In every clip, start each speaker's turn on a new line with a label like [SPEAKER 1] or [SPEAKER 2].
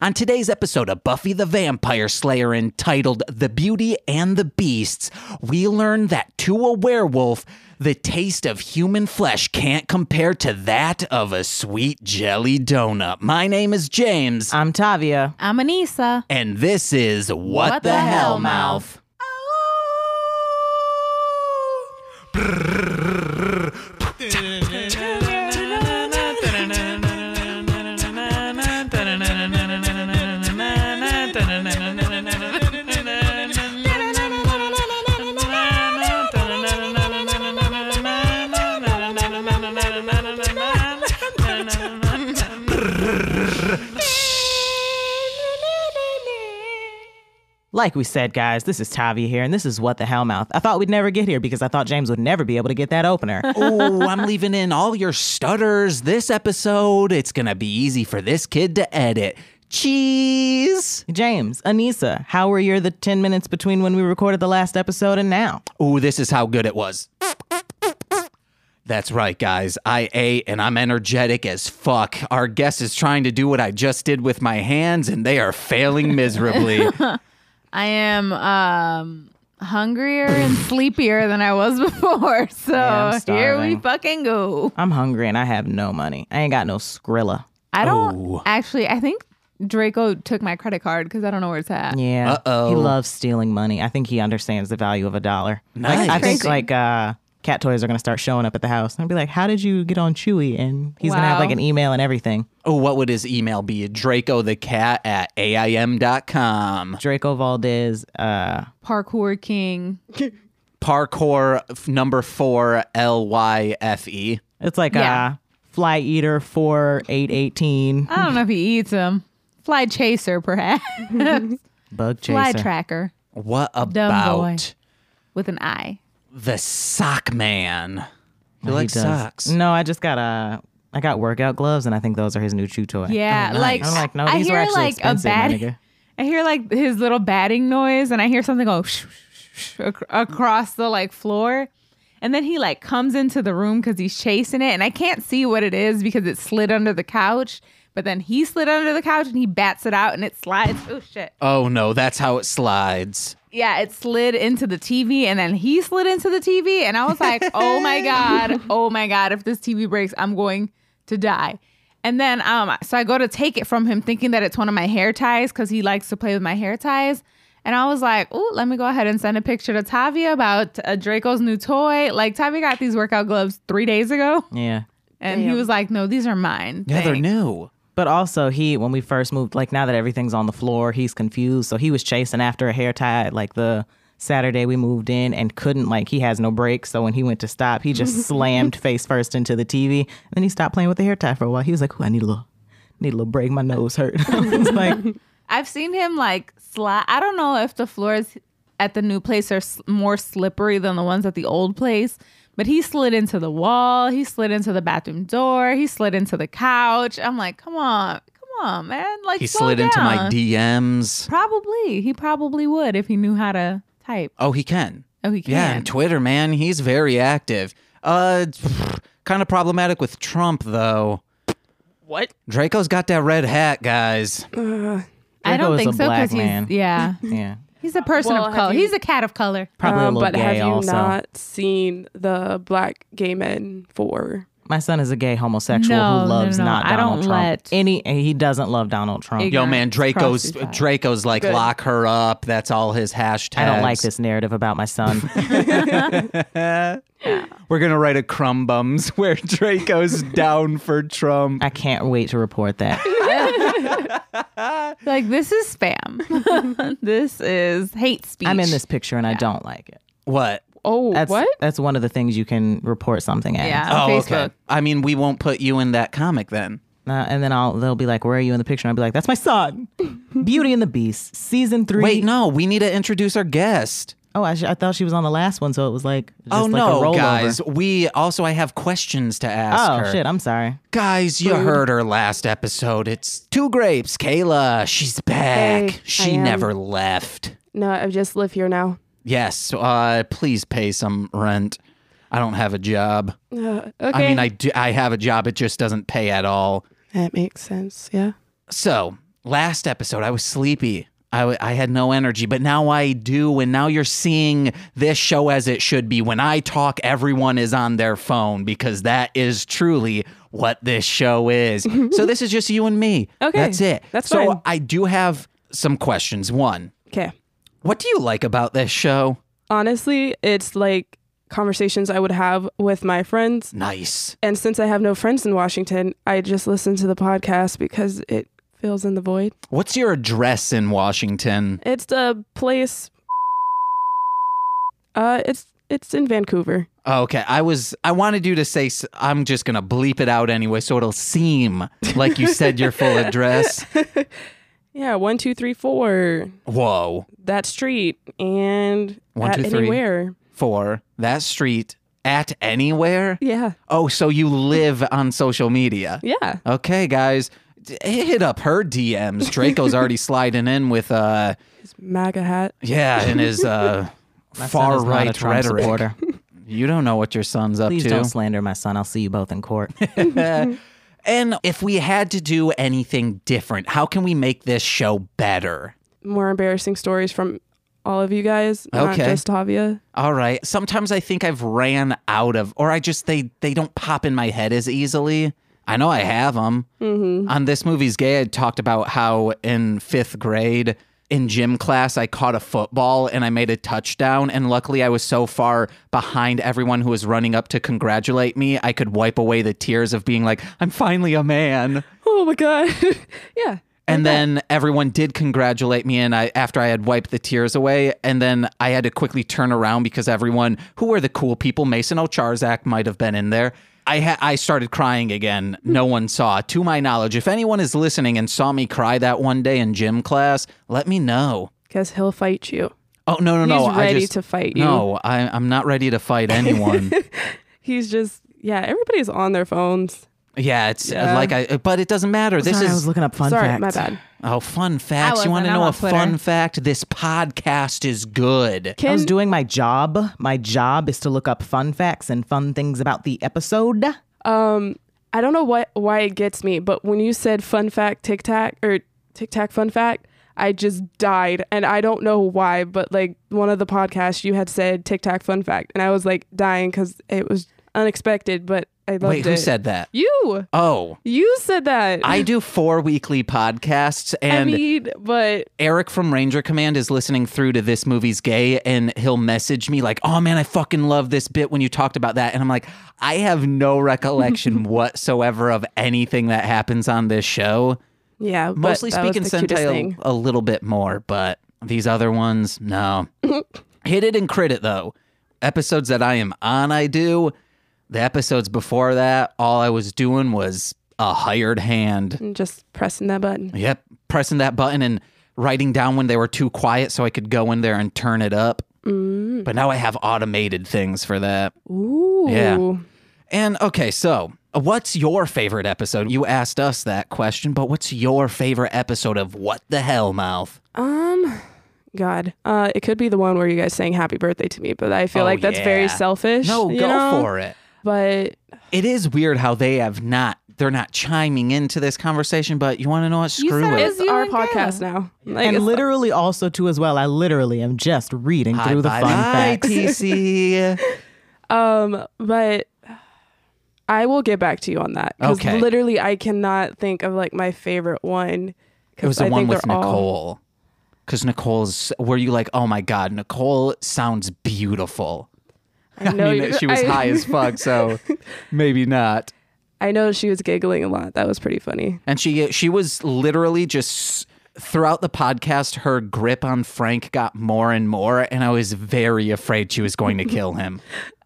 [SPEAKER 1] On today's episode of Buffy the Vampire Slayer entitled The Beauty and the Beasts, we learn that to a werewolf, the taste of human flesh can't compare to that of a sweet jelly donut. My name is James,
[SPEAKER 2] I'm Tavia.
[SPEAKER 3] I'm Anissa.
[SPEAKER 1] and this is What,
[SPEAKER 3] What the Hell Mouth.
[SPEAKER 2] Like we said, guys, this is Tavia here, and this is What the Hell Mouth. I thought we'd never get here because I thought James would never be able to get that opener.
[SPEAKER 1] Ooh, I'm leaving in all your stutters this episode. It's going to be easy for this kid to edit. Cheese.
[SPEAKER 2] James, Anissa, how were your the 10 minutes between when we recorded the last episode and now?
[SPEAKER 1] Ooh, this is how good it was. That's right, guys. I ate and I'm energetic as fuck. Our guest is trying to do what I just did with my hands, and they are failing miserably.
[SPEAKER 3] I am um, hungrier and sleepier than I was before. So
[SPEAKER 2] Yeah, I'm
[SPEAKER 3] here we
[SPEAKER 2] starving.
[SPEAKER 3] fucking go.
[SPEAKER 2] I'm hungry and I have no money. I ain't got no Skrilla.
[SPEAKER 3] I don't
[SPEAKER 1] Oh.
[SPEAKER 3] actually, I think Draco took my credit card because I don't know where it's at.
[SPEAKER 2] Yeah.
[SPEAKER 1] Uh-oh.
[SPEAKER 2] He loves stealing money. I think he understands the value of a dollar. Like,
[SPEAKER 1] Nice.
[SPEAKER 2] I think
[SPEAKER 3] Crazy.
[SPEAKER 2] like uh cat toys are gonna start showing up at the house. I'll be like, How did you get on Chewy? And he's gonna have
[SPEAKER 3] Wow.
[SPEAKER 2] like an email and everything.
[SPEAKER 1] oh, what would his email be? Draco the cat at AIM.com.
[SPEAKER 2] Draco Valdez, uh
[SPEAKER 3] Parkour King.
[SPEAKER 1] Parkour f- number four L Y F E.
[SPEAKER 2] It's like
[SPEAKER 3] Yeah. Uh,
[SPEAKER 2] a fly eater four eight eighteen
[SPEAKER 3] I don't know if he eats them. Fly Chaser, perhaps.
[SPEAKER 2] bug chaser.
[SPEAKER 3] Fly Tracker
[SPEAKER 1] What
[SPEAKER 3] boy.
[SPEAKER 1] about
[SPEAKER 3] with an eye.
[SPEAKER 1] the sock
[SPEAKER 3] Oh,
[SPEAKER 1] man? He
[SPEAKER 2] He
[SPEAKER 1] likes
[SPEAKER 2] does.
[SPEAKER 1] socks.
[SPEAKER 2] No, I just got uh, I got workout gloves, and I think those are his new chew toy.
[SPEAKER 3] Yeah,
[SPEAKER 1] nice.
[SPEAKER 3] like
[SPEAKER 2] I'm like, no,
[SPEAKER 3] I
[SPEAKER 2] these
[SPEAKER 3] hear
[SPEAKER 2] are actually
[SPEAKER 3] like a
[SPEAKER 2] expensive, my
[SPEAKER 3] bat.
[SPEAKER 2] nigga.
[SPEAKER 3] I hear like his little batting noise, and I hear something go sh- sh- sh- ac- across the like floor, and then he like comes into the room because he's chasing it, and I can't see what it is because it slid under the couch. But then he slid under the couch and he bats it out, and it slides. Oh shit!
[SPEAKER 1] Oh, no, that's how it slides.
[SPEAKER 3] Yeah, it slid into the TV, and then he slid into the TV, and I was like, oh my god, oh my god, if this TV breaks, I'm going to die. And then, um, so I go to take it from him, thinking that it's one of my hair ties because he likes to play with my hair ties. And I was like, oh, let me go ahead and send a picture to Tavia about uh, Draco's new toy. Like, Tavia got these workout gloves three days ago,
[SPEAKER 2] Yeah,
[SPEAKER 3] and he was like, no, these are mine.
[SPEAKER 1] Yeah, they're
[SPEAKER 3] Thanks.
[SPEAKER 1] new.
[SPEAKER 2] but also he, when we first moved, like now that everything's on the floor, he's confused. So he was chasing after a hair tie, like the Saturday we moved in, and couldn't like he has no brakes. So when he went to stop, he just slammed face first into the TV, and then he stopped playing with the hair tie for a while. He was like, "Ooh, I need a little, need a little break. My nose hurt." I was like,
[SPEAKER 3] I've seen him like slide. I don't know if the floors at the new place are s- more slippery than the ones at the old place, but he slid into the wall. He slid into the bathroom door. He slid into the couch. I'm like, come on, come on, man. Like
[SPEAKER 1] He
[SPEAKER 3] slow
[SPEAKER 1] slid into my
[SPEAKER 3] down.
[SPEAKER 1] DMs.
[SPEAKER 3] Probably, he probably would if he knew how to type.
[SPEAKER 1] Oh, he can.
[SPEAKER 3] Oh, he
[SPEAKER 1] Yeah,
[SPEAKER 3] can.
[SPEAKER 1] and Twitter, man, he's very active. Uh, kind of problematic with Trump though.
[SPEAKER 2] "What?"
[SPEAKER 1] Draco's got that red hat, guys.
[SPEAKER 3] I
[SPEAKER 2] Draco
[SPEAKER 3] don't
[SPEAKER 2] is
[SPEAKER 3] think
[SPEAKER 2] a
[SPEAKER 3] so
[SPEAKER 2] black
[SPEAKER 3] he's
[SPEAKER 2] man.
[SPEAKER 3] yeah,
[SPEAKER 2] Yeah,
[SPEAKER 3] he's a person
[SPEAKER 4] Well,
[SPEAKER 3] of
[SPEAKER 4] have
[SPEAKER 3] color.
[SPEAKER 4] you-
[SPEAKER 3] He's a cat of color.
[SPEAKER 2] probably a
[SPEAKER 4] Um,
[SPEAKER 2] little
[SPEAKER 4] but
[SPEAKER 2] gay.
[SPEAKER 4] have you
[SPEAKER 2] also,
[SPEAKER 4] not seen the black gay men for
[SPEAKER 2] My son is a gay homosexual
[SPEAKER 3] No,
[SPEAKER 2] who loves
[SPEAKER 3] no, no.
[SPEAKER 2] not
[SPEAKER 3] I
[SPEAKER 2] Donald
[SPEAKER 3] don't
[SPEAKER 2] Trump.
[SPEAKER 3] let-
[SPEAKER 2] Any he doesn't love Donald Trump.
[SPEAKER 3] Ignorant
[SPEAKER 1] Yo, man, Draco's
[SPEAKER 3] prostitute.
[SPEAKER 1] Draco's like
[SPEAKER 4] Good.
[SPEAKER 1] lock her up. That's all his hashtag.
[SPEAKER 2] I don't like this narrative about my son.
[SPEAKER 1] We're gonna write a crumb bums where Draco's down for Trump.
[SPEAKER 2] I can't wait to report that.
[SPEAKER 3] Like this is spam. this is hate speech.
[SPEAKER 2] I'm in this picture and I don't like it.
[SPEAKER 1] What?
[SPEAKER 4] Oh,
[SPEAKER 2] That's
[SPEAKER 4] what?
[SPEAKER 2] that's one of the things you can report something at.
[SPEAKER 3] Yeah, on
[SPEAKER 1] Oh,
[SPEAKER 3] Facebook.
[SPEAKER 1] okay. I mean, we won't put you in that comic then.
[SPEAKER 2] Uh, and then I'll they'll be like, "Where are you in the picture?" And I'll be like, "That's my son." Beauty and the Beast, season three.
[SPEAKER 1] Wait, no, we need to introduce our guest.
[SPEAKER 2] Oh, I, sh- I thought she was on the last one, so it was like, just
[SPEAKER 1] oh
[SPEAKER 2] like a
[SPEAKER 1] no,
[SPEAKER 2] rollover.
[SPEAKER 1] guys. We also I have questions to ask
[SPEAKER 2] Oh
[SPEAKER 1] her.
[SPEAKER 2] shit, I'm sorry.
[SPEAKER 1] Guys, you heard her last episode. It's Two Grapes, Kayla. She's back.
[SPEAKER 4] Hey, I
[SPEAKER 1] she
[SPEAKER 4] am.
[SPEAKER 1] never left.
[SPEAKER 4] No, I just live here now.
[SPEAKER 1] Yes, uh, please pay some rent. I don't have a job.
[SPEAKER 4] Uh, okay.
[SPEAKER 1] I mean, I do, I have a job. It just doesn't pay at all.
[SPEAKER 4] that makes sense. Yeah.
[SPEAKER 1] So last episode I was sleepy. I, w- I had no energy, but now I do. And now you're seeing this show as it should be. When I talk, everyone is on their phone because that is truly what this show is. so this is just you and me.
[SPEAKER 4] Okay.
[SPEAKER 1] That's it.
[SPEAKER 4] That's
[SPEAKER 1] so
[SPEAKER 4] fine.
[SPEAKER 1] I do have some questions. One,
[SPEAKER 4] Okay.
[SPEAKER 1] what do you like about this show?
[SPEAKER 4] Honestly, it's like conversations I would have with my friends.
[SPEAKER 1] Nice.
[SPEAKER 4] And since I have no friends in Washington, I just listen to the podcast because it fills in the void.
[SPEAKER 1] What's your address in Washington?
[SPEAKER 4] It's the place. Uh, it's it's in Vancouver.
[SPEAKER 1] Okay, I was I wanted you to say s- I'm just gonna bleep it out anyway, so it'll seem like you said your full address.
[SPEAKER 4] Yeah, one two three four
[SPEAKER 1] Whoa,
[SPEAKER 4] that street and
[SPEAKER 1] One,
[SPEAKER 4] at
[SPEAKER 1] two, three.
[SPEAKER 4] anywhere.
[SPEAKER 1] for that street at anywhere.
[SPEAKER 4] Yeah,
[SPEAKER 1] Oh, so you live on social media?
[SPEAKER 4] yeah.
[SPEAKER 1] Okay, guys, d- hit up her DMs. Draco's already sliding in with uh,
[SPEAKER 4] It's MAGA hat.
[SPEAKER 1] yeah, in his uh,
[SPEAKER 2] My son
[SPEAKER 1] far
[SPEAKER 2] is not a
[SPEAKER 1] right
[SPEAKER 2] Trump
[SPEAKER 1] rhetoric.
[SPEAKER 2] supporter.
[SPEAKER 1] You don't know what your son's up
[SPEAKER 2] Please
[SPEAKER 1] to.
[SPEAKER 2] don't slander my son. I'll see you both in court.
[SPEAKER 1] And if we had to do anything different, how can we make this show better?
[SPEAKER 4] More embarrassing stories from all of you guys, not
[SPEAKER 1] Okay.
[SPEAKER 4] just Tavia.
[SPEAKER 1] All right. Sometimes I think I've ran out of, or I just they they don't pop in my head as easily. I know I have them. On this movie's gay, I talked about how in fifth grade in gym class I caught a football and I made a touchdown, and luckily I was so far behind everyone who was running up to congratulate me, I could wipe away the tears of being like, "I'm finally a man."
[SPEAKER 4] Oh my god. yeah.
[SPEAKER 1] And then everyone did congratulate me, and I after I had wiped the tears away, and then I had to quickly turn around because everyone who were the cool people, Mason O'Charzak might have been in there. I ha- I started crying again. No one saw, to my knowledge. If anyone is listening and saw me cry that one day in gym class, let me know.
[SPEAKER 4] Because he'll fight you.
[SPEAKER 1] Oh no no no!
[SPEAKER 4] He's
[SPEAKER 1] I
[SPEAKER 4] ready
[SPEAKER 1] just,
[SPEAKER 4] to fight you.
[SPEAKER 1] No, I, I'm not ready to fight anyone.
[SPEAKER 4] He's just yeah. Everybody's on their phones.
[SPEAKER 1] yeah, it's uh,
[SPEAKER 4] Yeah.
[SPEAKER 1] like I, but it doesn't matter. This
[SPEAKER 2] Sorry, I
[SPEAKER 1] is
[SPEAKER 2] was looking up fun
[SPEAKER 4] Sorry,
[SPEAKER 2] facts.
[SPEAKER 4] my bad.
[SPEAKER 1] oh fun facts. You
[SPEAKER 3] wasn't.
[SPEAKER 1] want to
[SPEAKER 3] I'm
[SPEAKER 1] know
[SPEAKER 3] on
[SPEAKER 1] a
[SPEAKER 3] Twitter.
[SPEAKER 1] fun fact? This podcast is good.
[SPEAKER 2] I was
[SPEAKER 4] Can-
[SPEAKER 2] doing my job. My job is to look up fun facts and fun things about the episode.
[SPEAKER 4] Um, I don't know what why it gets me, but when you said fun fact tic tac or tic tac fun fact, I just died, and I don't know why. But like one of the podcasts, you had said tic tac fun fact, and I was like dying because it was unexpected, but I loved
[SPEAKER 1] Wait,
[SPEAKER 4] it.
[SPEAKER 1] who said that?
[SPEAKER 4] you?
[SPEAKER 1] Oh,
[SPEAKER 4] You said that.
[SPEAKER 1] I do four weekly podcasts,
[SPEAKER 4] I
[SPEAKER 1] and
[SPEAKER 4] mean, but
[SPEAKER 1] Eric from Ranger Command is listening through to this movie's gay, and he'll message me like, "Oh man, I fucking love this bit when you talked about that," and I'm like, I have no recollection whatsoever of anything that happens on this show.
[SPEAKER 4] yeah, but
[SPEAKER 1] Mostly
[SPEAKER 4] that was
[SPEAKER 1] speaking
[SPEAKER 4] the cutest
[SPEAKER 1] Sentai
[SPEAKER 4] thing.
[SPEAKER 1] a, a little bit more, but these other ones, no. Hit it and crit it though. Episodes that I am on, I do. The episodes before that, all I was doing was a hired hand.
[SPEAKER 4] And just pressing that button.
[SPEAKER 1] Yep. Pressing that button and writing down when they were too quiet so I could go in there and turn it up. But now I have automated things for that.
[SPEAKER 4] Mm. Ooh,
[SPEAKER 1] Yeah. And okay, so uh, what's your favorite episode? You asked us that question, but what's your favorite episode of What the Hell Mouth?
[SPEAKER 4] Um, God, uh, it could be the one where you guys sang "Happy Birthday" to me, but I feel
[SPEAKER 1] Oh,
[SPEAKER 4] like that's
[SPEAKER 1] yeah.
[SPEAKER 4] very selfish.
[SPEAKER 1] No,
[SPEAKER 4] you
[SPEAKER 1] go
[SPEAKER 4] know?
[SPEAKER 1] for it.
[SPEAKER 4] But
[SPEAKER 1] It is weird how they have not they're not chiming into this conversation, but you want to know what?
[SPEAKER 3] You
[SPEAKER 1] Screw
[SPEAKER 3] said
[SPEAKER 1] it.
[SPEAKER 3] it
[SPEAKER 4] it's
[SPEAKER 3] you
[SPEAKER 4] our
[SPEAKER 3] and Kayla.
[SPEAKER 4] podcast now. Like,
[SPEAKER 2] and
[SPEAKER 4] it's-
[SPEAKER 2] literally also too as well. I literally am just reading through the
[SPEAKER 1] Hi,
[SPEAKER 2] fun
[SPEAKER 1] bye,
[SPEAKER 2] facts.
[SPEAKER 1] TC.
[SPEAKER 4] um, but I will get back to you on that. 'cause
[SPEAKER 1] Okay.
[SPEAKER 4] Literally, I cannot think of like my favorite one.
[SPEAKER 1] It was the
[SPEAKER 4] I
[SPEAKER 1] one
[SPEAKER 4] think
[SPEAKER 1] with
[SPEAKER 4] they're all-
[SPEAKER 1] Nicole. Because Nicole's, were you like, oh my God, Nicole sounds beautiful?
[SPEAKER 4] I know
[SPEAKER 1] I mean,
[SPEAKER 4] you-
[SPEAKER 1] she was
[SPEAKER 4] I-
[SPEAKER 1] high as fuck, so maybe not.
[SPEAKER 4] I know she was giggling a lot. That was pretty funny.
[SPEAKER 1] And she she was literally just throughout the podcast, her grip on Frank got more and more, and I was very afraid she was going to kill him.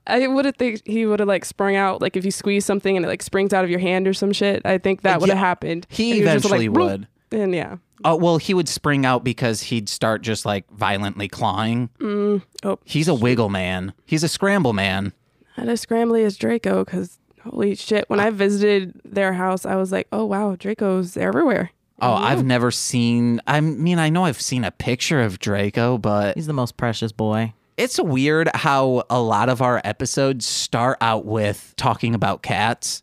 [SPEAKER 4] I would have think he would have like sprung out like if you squeeze something and it like springs out of your hand or some shit. I think that would have
[SPEAKER 1] yeah.
[SPEAKER 4] happened.
[SPEAKER 1] He
[SPEAKER 4] And was just,
[SPEAKER 1] eventually
[SPEAKER 4] "Bloop,"
[SPEAKER 1] would.
[SPEAKER 4] And yeah.
[SPEAKER 1] Oh well, he would spring out because he'd start just like violently clawing.
[SPEAKER 4] Oh.
[SPEAKER 1] He's a wiggle man. He's a scramble man.
[SPEAKER 4] Not as scrambly as Draco because holy shit. When I visited their house, I was like, oh wow, Draco's everywhere.
[SPEAKER 1] Oh, I've never seen. I mean, I know I've seen a picture of Draco, but
[SPEAKER 2] He's the most precious boy.
[SPEAKER 1] It's weird how a lot of our episodes start out with talking about cats.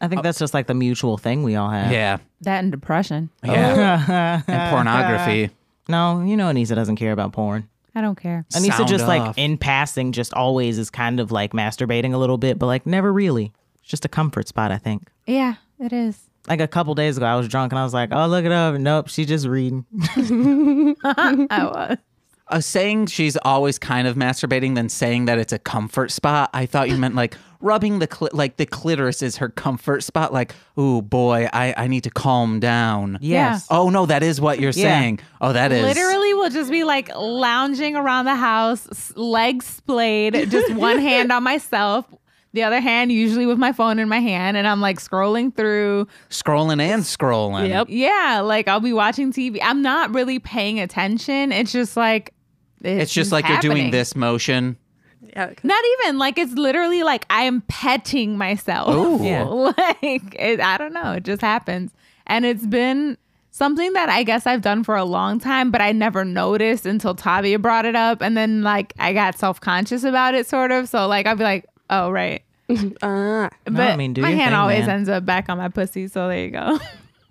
[SPEAKER 2] I think that's just like the mutual thing we all have.
[SPEAKER 1] Oh. Yeah.
[SPEAKER 3] That and depression.
[SPEAKER 1] Yeah. and pornography.
[SPEAKER 2] No, you know Anissa doesn't care about porn.
[SPEAKER 3] I don't care.
[SPEAKER 2] Anissa
[SPEAKER 1] Sound
[SPEAKER 2] just like
[SPEAKER 1] off.
[SPEAKER 2] in passing, just always is kind of like masturbating a little bit, but like never really. It's just a comfort spot, I think.
[SPEAKER 3] Yeah, it is.
[SPEAKER 2] Like a couple days ago, I was drunk and I was like, "Oh, look it up." Nope, she's just reading.
[SPEAKER 3] I was.
[SPEAKER 1] Uh, saying she's always kind of masturbating than saying that it's a comfort spot. I thought you meant like rubbing the cli- like the clitoris is her comfort spot. Like, ooh boy, I I need to calm down.
[SPEAKER 2] Yes.
[SPEAKER 1] Oh no, that is what you're
[SPEAKER 2] Yeah.
[SPEAKER 1] saying. Oh, that is
[SPEAKER 3] Literally, will just be like lounging around the house, s- legs splayed, just one hand on myself, the other hand usually with my phone in my hand, and I'm like scrolling through.
[SPEAKER 1] scrolling and scrolling.
[SPEAKER 4] Yep.
[SPEAKER 3] Yeah, like I'll be watching TV. I'm not really paying attention. It's just like
[SPEAKER 1] It's just like you're doing
[SPEAKER 3] happening.
[SPEAKER 1] this motion.
[SPEAKER 4] Yeah.
[SPEAKER 3] Not even like it's literally like I am petting myself.
[SPEAKER 1] Ooh.
[SPEAKER 2] Yeah.
[SPEAKER 3] like it, I don't know, it just happens, and it's been something that I guess I've done for a long time, but I never noticed until Tavia brought it up, and then like I got self conscious about it, sort of. So like I'd be like, oh right,
[SPEAKER 4] Ah.
[SPEAKER 3] but
[SPEAKER 2] I mean, do
[SPEAKER 3] my
[SPEAKER 2] your
[SPEAKER 3] hand
[SPEAKER 2] thing,
[SPEAKER 3] always
[SPEAKER 2] man.
[SPEAKER 3] ends up back on my pussy. So there you go.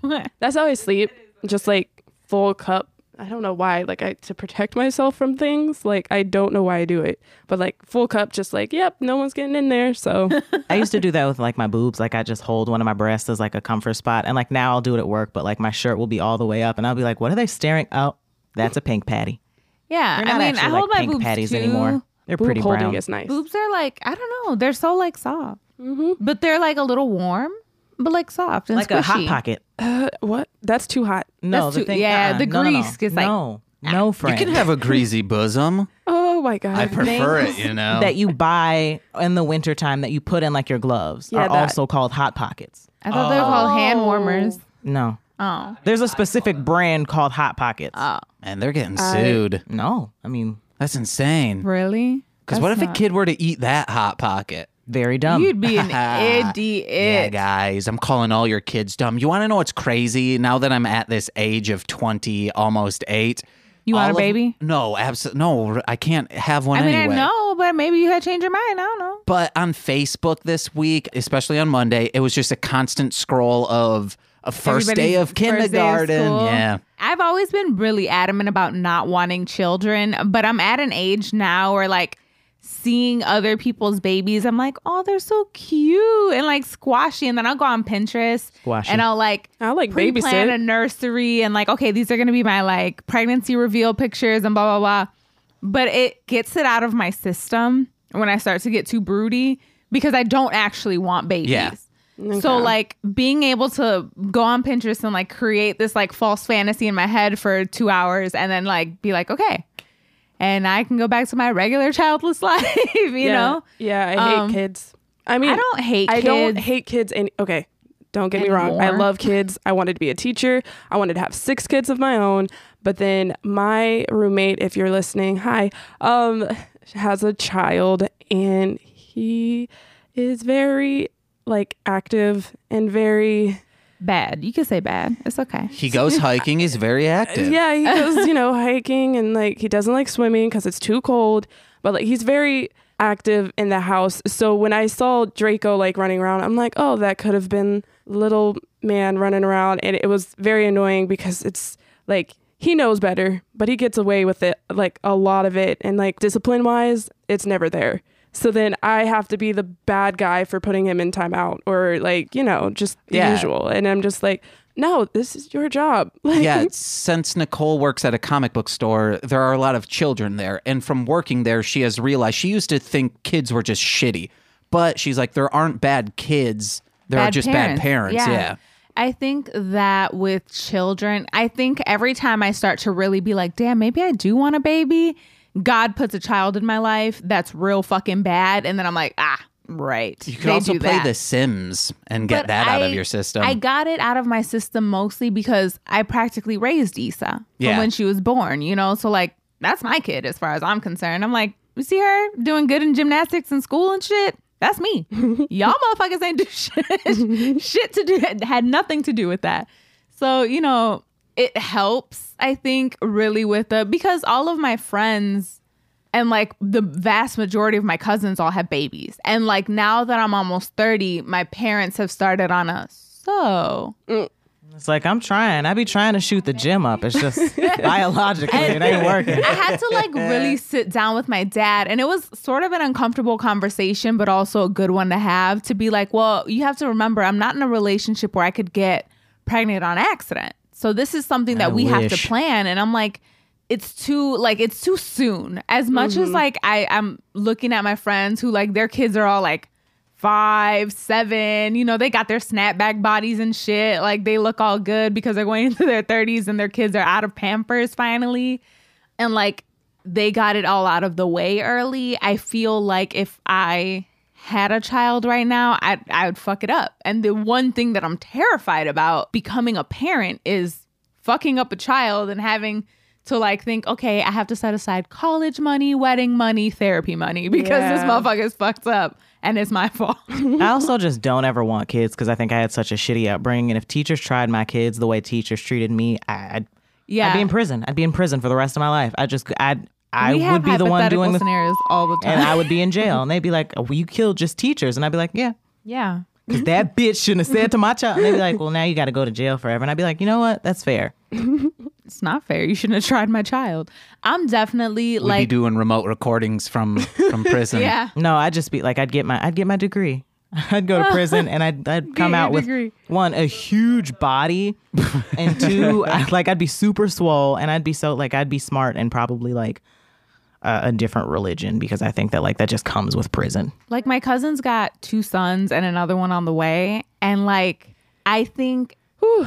[SPEAKER 4] That's how I sleep. Just like full cup. I don't know why. Like I to protect myself from things. Like I don't know why I do it. But like full cup, just like yep, no one's getting in there. So
[SPEAKER 2] I used to do that with like my boobs. Like I just hold one of my breasts as like a comfort spot, and like now I'll do it at work, but like my shirt will be all the way up, and I'll be like, "What are they staring? Oh, that's a pink patty.
[SPEAKER 3] yeah,
[SPEAKER 2] They're
[SPEAKER 3] I
[SPEAKER 2] not
[SPEAKER 3] mean, I
[SPEAKER 2] actually like
[SPEAKER 3] hold my
[SPEAKER 2] pink
[SPEAKER 3] boobs
[SPEAKER 2] patties
[SPEAKER 3] too.
[SPEAKER 2] anymore. They're
[SPEAKER 4] boob
[SPEAKER 2] pretty
[SPEAKER 4] holding
[SPEAKER 2] brown.
[SPEAKER 4] is nice.
[SPEAKER 3] Boobs are like I don't know, they're so like soft, but they're like a little warm, but like soft and
[SPEAKER 2] like a hot
[SPEAKER 3] squishy.
[SPEAKER 2] pocket.
[SPEAKER 4] Uh, what? That's too hot.
[SPEAKER 2] No,
[SPEAKER 3] That's
[SPEAKER 2] the
[SPEAKER 3] too-
[SPEAKER 2] thing.
[SPEAKER 3] yeah,
[SPEAKER 2] uh-uh.
[SPEAKER 3] the
[SPEAKER 2] no, no, no.
[SPEAKER 3] grease gets, like,
[SPEAKER 2] no, no,
[SPEAKER 1] You
[SPEAKER 2] friend.
[SPEAKER 1] can have a greasy bosom.
[SPEAKER 4] Oh my
[SPEAKER 1] I
[SPEAKER 4] god.
[SPEAKER 1] prefer it. You know.
[SPEAKER 2] that you buy in the wintertime that you put in like your gloves
[SPEAKER 4] Yeah,
[SPEAKER 2] are
[SPEAKER 4] that.
[SPEAKER 2] also called hot pockets.
[SPEAKER 3] I thought they were called hand warmers.
[SPEAKER 2] No.
[SPEAKER 3] Oh.
[SPEAKER 2] There's a specific brand called hot pockets.
[SPEAKER 1] and they're getting sued.
[SPEAKER 2] no. I mean,
[SPEAKER 1] That's insane.
[SPEAKER 3] Really?
[SPEAKER 1] Because what if a kid were to eat that hot pocket?
[SPEAKER 2] very dumb.
[SPEAKER 3] You'd be an idiot.
[SPEAKER 1] Yeah, guys, I'm calling all your kids dumb. You want to know what's crazy? Now that I'm at this age of 20, almost eight.
[SPEAKER 3] You want
[SPEAKER 1] all
[SPEAKER 3] a
[SPEAKER 1] of-
[SPEAKER 3] baby?
[SPEAKER 1] no, absolutely. No, I can't have one
[SPEAKER 3] I mean,
[SPEAKER 1] anyway.
[SPEAKER 3] I know, but maybe you had changed your mind. I don't know.
[SPEAKER 1] But on Facebook this week, especially on Monday, it was just a constant scroll of a first day
[SPEAKER 3] Everybody's
[SPEAKER 1] of kindergarten.
[SPEAKER 3] school.
[SPEAKER 1] yeah.
[SPEAKER 3] I've always been really adamant about not wanting children, but I'm at an age now where like seeing other people's babies, I'm like, oh, they're so cute and like squashy. And then I'll go on Pinterest
[SPEAKER 2] Squashy.
[SPEAKER 3] and I'll like
[SPEAKER 4] I like
[SPEAKER 3] pre-plan
[SPEAKER 4] babysit.
[SPEAKER 3] a nursery and like, okay, these are gonna be my like pregnancy reveal pictures and blah blah blah. But it gets it out of my system when I start to get too broody because I don't actually want babies.
[SPEAKER 1] Yeah.
[SPEAKER 3] So like being able to go on Pinterest and like create this like false fantasy in my head for two hours and then like be like, okay. And I can go back to my regular childless life, you
[SPEAKER 4] yeah.
[SPEAKER 3] know?
[SPEAKER 4] Yeah, I hate
[SPEAKER 3] Um,
[SPEAKER 4] kids. I mean,
[SPEAKER 3] I don't hate
[SPEAKER 4] I don't
[SPEAKER 3] kids.
[SPEAKER 4] hate kids. Any okay, don't get me wrong. I
[SPEAKER 3] Anymore.
[SPEAKER 4] love kids. I wanted to be a teacher. I wanted to have six kids of my own. But then my roommate, if you're listening, hi, um, has a child, and he is very like active and very
[SPEAKER 3] Bad. You can say bad. It's okay.
[SPEAKER 1] He goes hiking. He's very active.
[SPEAKER 4] Yeah, he goes, you know, hiking and like he doesn't like swimming because it's too cold. But like he's very active in the house. So when I saw Draco like running around, I'm like, oh, that could have been little man running around. And it was very annoying because it's like he knows better, but he gets away with it like a lot of it. And like discipline wise, it's never there. So then I have to be the bad guy for putting him in timeout or like, you know, just the
[SPEAKER 1] Yeah.
[SPEAKER 4] usual. And I'm just like, no, this is your job. Like,
[SPEAKER 1] yeah, since Nicole works at a comic book store, there are a lot of children there. And from working there, she has realized she used to think kids were just shitty. But she's like, there aren't bad kids. There are just bad parents. Yeah.
[SPEAKER 3] I think that with children, I think every time I start to really be like, damn, maybe I do want a baby, God puts a child in my life that's real fucking bad. And then I'm like, ah, right.
[SPEAKER 1] You could also play The Sims and get that out of your system.
[SPEAKER 3] I got it out of my system mostly because I practically raised Issa
[SPEAKER 1] Yeah.
[SPEAKER 3] from when she was born, you know? So, like, that's my kid as far as I'm concerned. I'm like, you see her doing good in gymnastics and school and shit? That's me. Y'all motherfuckers ain't do shit. shit to do, had nothing to do with that. So, you know, it helps, I think, really with the, because all of my friends and like the vast majority of my cousins all have babies and like now that i'm almost 30 my parents have started on a so
[SPEAKER 2] It's like I'm trying. I be trying to shoot the gym up. It's just biologically it ain't working.
[SPEAKER 3] I had to like really sit down with my dad, and it was sort of an uncomfortable conversation, but also a good one to have to be like, well, you have to remember, I'm not in a relationship where I could get pregnant on accident. So this is something that
[SPEAKER 2] I
[SPEAKER 3] we have
[SPEAKER 2] wish.
[SPEAKER 3] to plan. And I'm like, it's too like it's too soon. As much
[SPEAKER 2] Mm-hmm.
[SPEAKER 3] as like I, I'm looking at my friends who like their kids are all like five, seven, you know, they got their snapback bodies and shit. Like they look all good because they're going into their 30s and their kids are out of pampers finally and like they got it all out of the way early. I feel like if I had a child right now, I I would fuck it up. And the one thing that I'm terrified about becoming a parent is fucking up a child and having to like think, okay, I have to set aside college money, wedding money, therapy money because this
[SPEAKER 4] Yeah.
[SPEAKER 3] motherfucker's fucked up and it's my fault.
[SPEAKER 2] I also just don't ever want kids because I think I had such a shitty upbringing. And if teachers tried my kids the way teachers treated me, I, I'd, I'd
[SPEAKER 3] yeah.
[SPEAKER 2] be in prison. I'd be in prison for the rest of my life. I just I I
[SPEAKER 3] we
[SPEAKER 2] would
[SPEAKER 3] have
[SPEAKER 2] be the one
[SPEAKER 3] hypothetical
[SPEAKER 2] doing the
[SPEAKER 3] scenarios all the time.
[SPEAKER 2] and I would be in jail. And they'd be like, oh, well, "You killed just teachers," and I'd be like, "Yeah."
[SPEAKER 3] yeah.
[SPEAKER 2] Cause that bitch shouldn't have said to my child. And they'd be like, "Well, now you got to go to jail forever." And I'd be like, "You know what? That's fair."
[SPEAKER 3] It's not fair. You shouldn't have tried my child. I'm definitely
[SPEAKER 1] We'd be
[SPEAKER 3] like
[SPEAKER 1] doing remote recordings from from prison.
[SPEAKER 3] Yeah.
[SPEAKER 2] No, I'd just be like, I'd get my, I'd get my degree. I'd go to prison and I'd, I'd come
[SPEAKER 3] your
[SPEAKER 2] out with
[SPEAKER 3] degree.
[SPEAKER 2] one a huge body, and two, I, like I'd be super swole and I'd be so like I'd be smart and probably like a, a different religion because I think that like that just comes with prison.
[SPEAKER 3] Like my cousin's got two sons and another one on the way. And like I think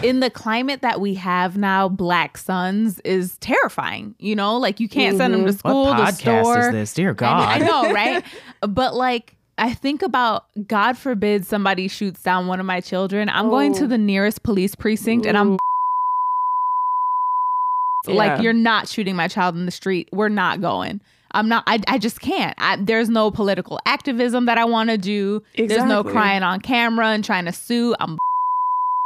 [SPEAKER 3] in the climate that we have now, black sons is terrifying. You know, like you can't send them to school.
[SPEAKER 2] Mm-hmm. what
[SPEAKER 3] the
[SPEAKER 2] podcast
[SPEAKER 3] store.
[SPEAKER 2] is this, dear God?
[SPEAKER 3] I, I know, right? but like I think about God forbid somebody shoots down one of my children. I'm going to the nearest police precinct and I'm
[SPEAKER 4] Yeah.
[SPEAKER 3] like you're not shooting my child in the street we're not going i'm not i, I just can't I, there's no political activism that i want to do there's no
[SPEAKER 4] Exactly.
[SPEAKER 3] crying on camera and trying to sue i'm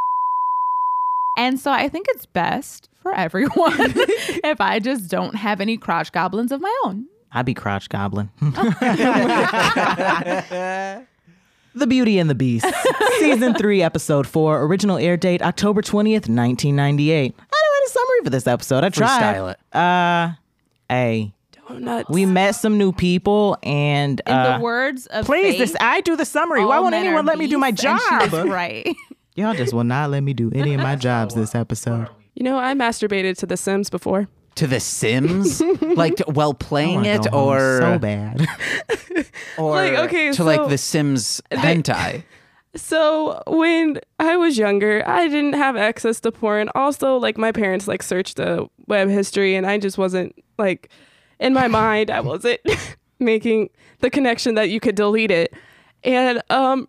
[SPEAKER 3] and so i think it's best for everyone if i just don't have any crotch goblins of my own
[SPEAKER 2] I'd be crotch goblin. the Beauty and the Beast, season three, episode four. Original air date October twentieth, nineteen ninety eight. I didn't write a summary for this episode. I tried.
[SPEAKER 1] Freestyle it.
[SPEAKER 2] Uh, hey,
[SPEAKER 4] Donuts.
[SPEAKER 2] we met some new people, and
[SPEAKER 3] in
[SPEAKER 2] uh,
[SPEAKER 3] the words of
[SPEAKER 2] please,
[SPEAKER 3] Faith,
[SPEAKER 2] this I do the summary.
[SPEAKER 3] all
[SPEAKER 2] Why won't
[SPEAKER 3] men are
[SPEAKER 2] anyone let me do my
[SPEAKER 3] beasts, and she is
[SPEAKER 2] job?
[SPEAKER 3] right
[SPEAKER 2] Y'all just will not let me do any of my jobs this episode.
[SPEAKER 4] you know, I masturbated to The Sims before.
[SPEAKER 1] To The Sims, like to, while playing
[SPEAKER 2] I wanna
[SPEAKER 1] it,
[SPEAKER 2] go home
[SPEAKER 1] or
[SPEAKER 2] so bad.
[SPEAKER 1] or
[SPEAKER 4] Like, okay,
[SPEAKER 1] to like
[SPEAKER 4] so-
[SPEAKER 1] The Sims hentai.
[SPEAKER 4] So when I was younger, I didn't have access to porn. Also, like my parents like searched the web history, and I just wasn't like in my mind. I wasn't making the connection that you could delete it, and um.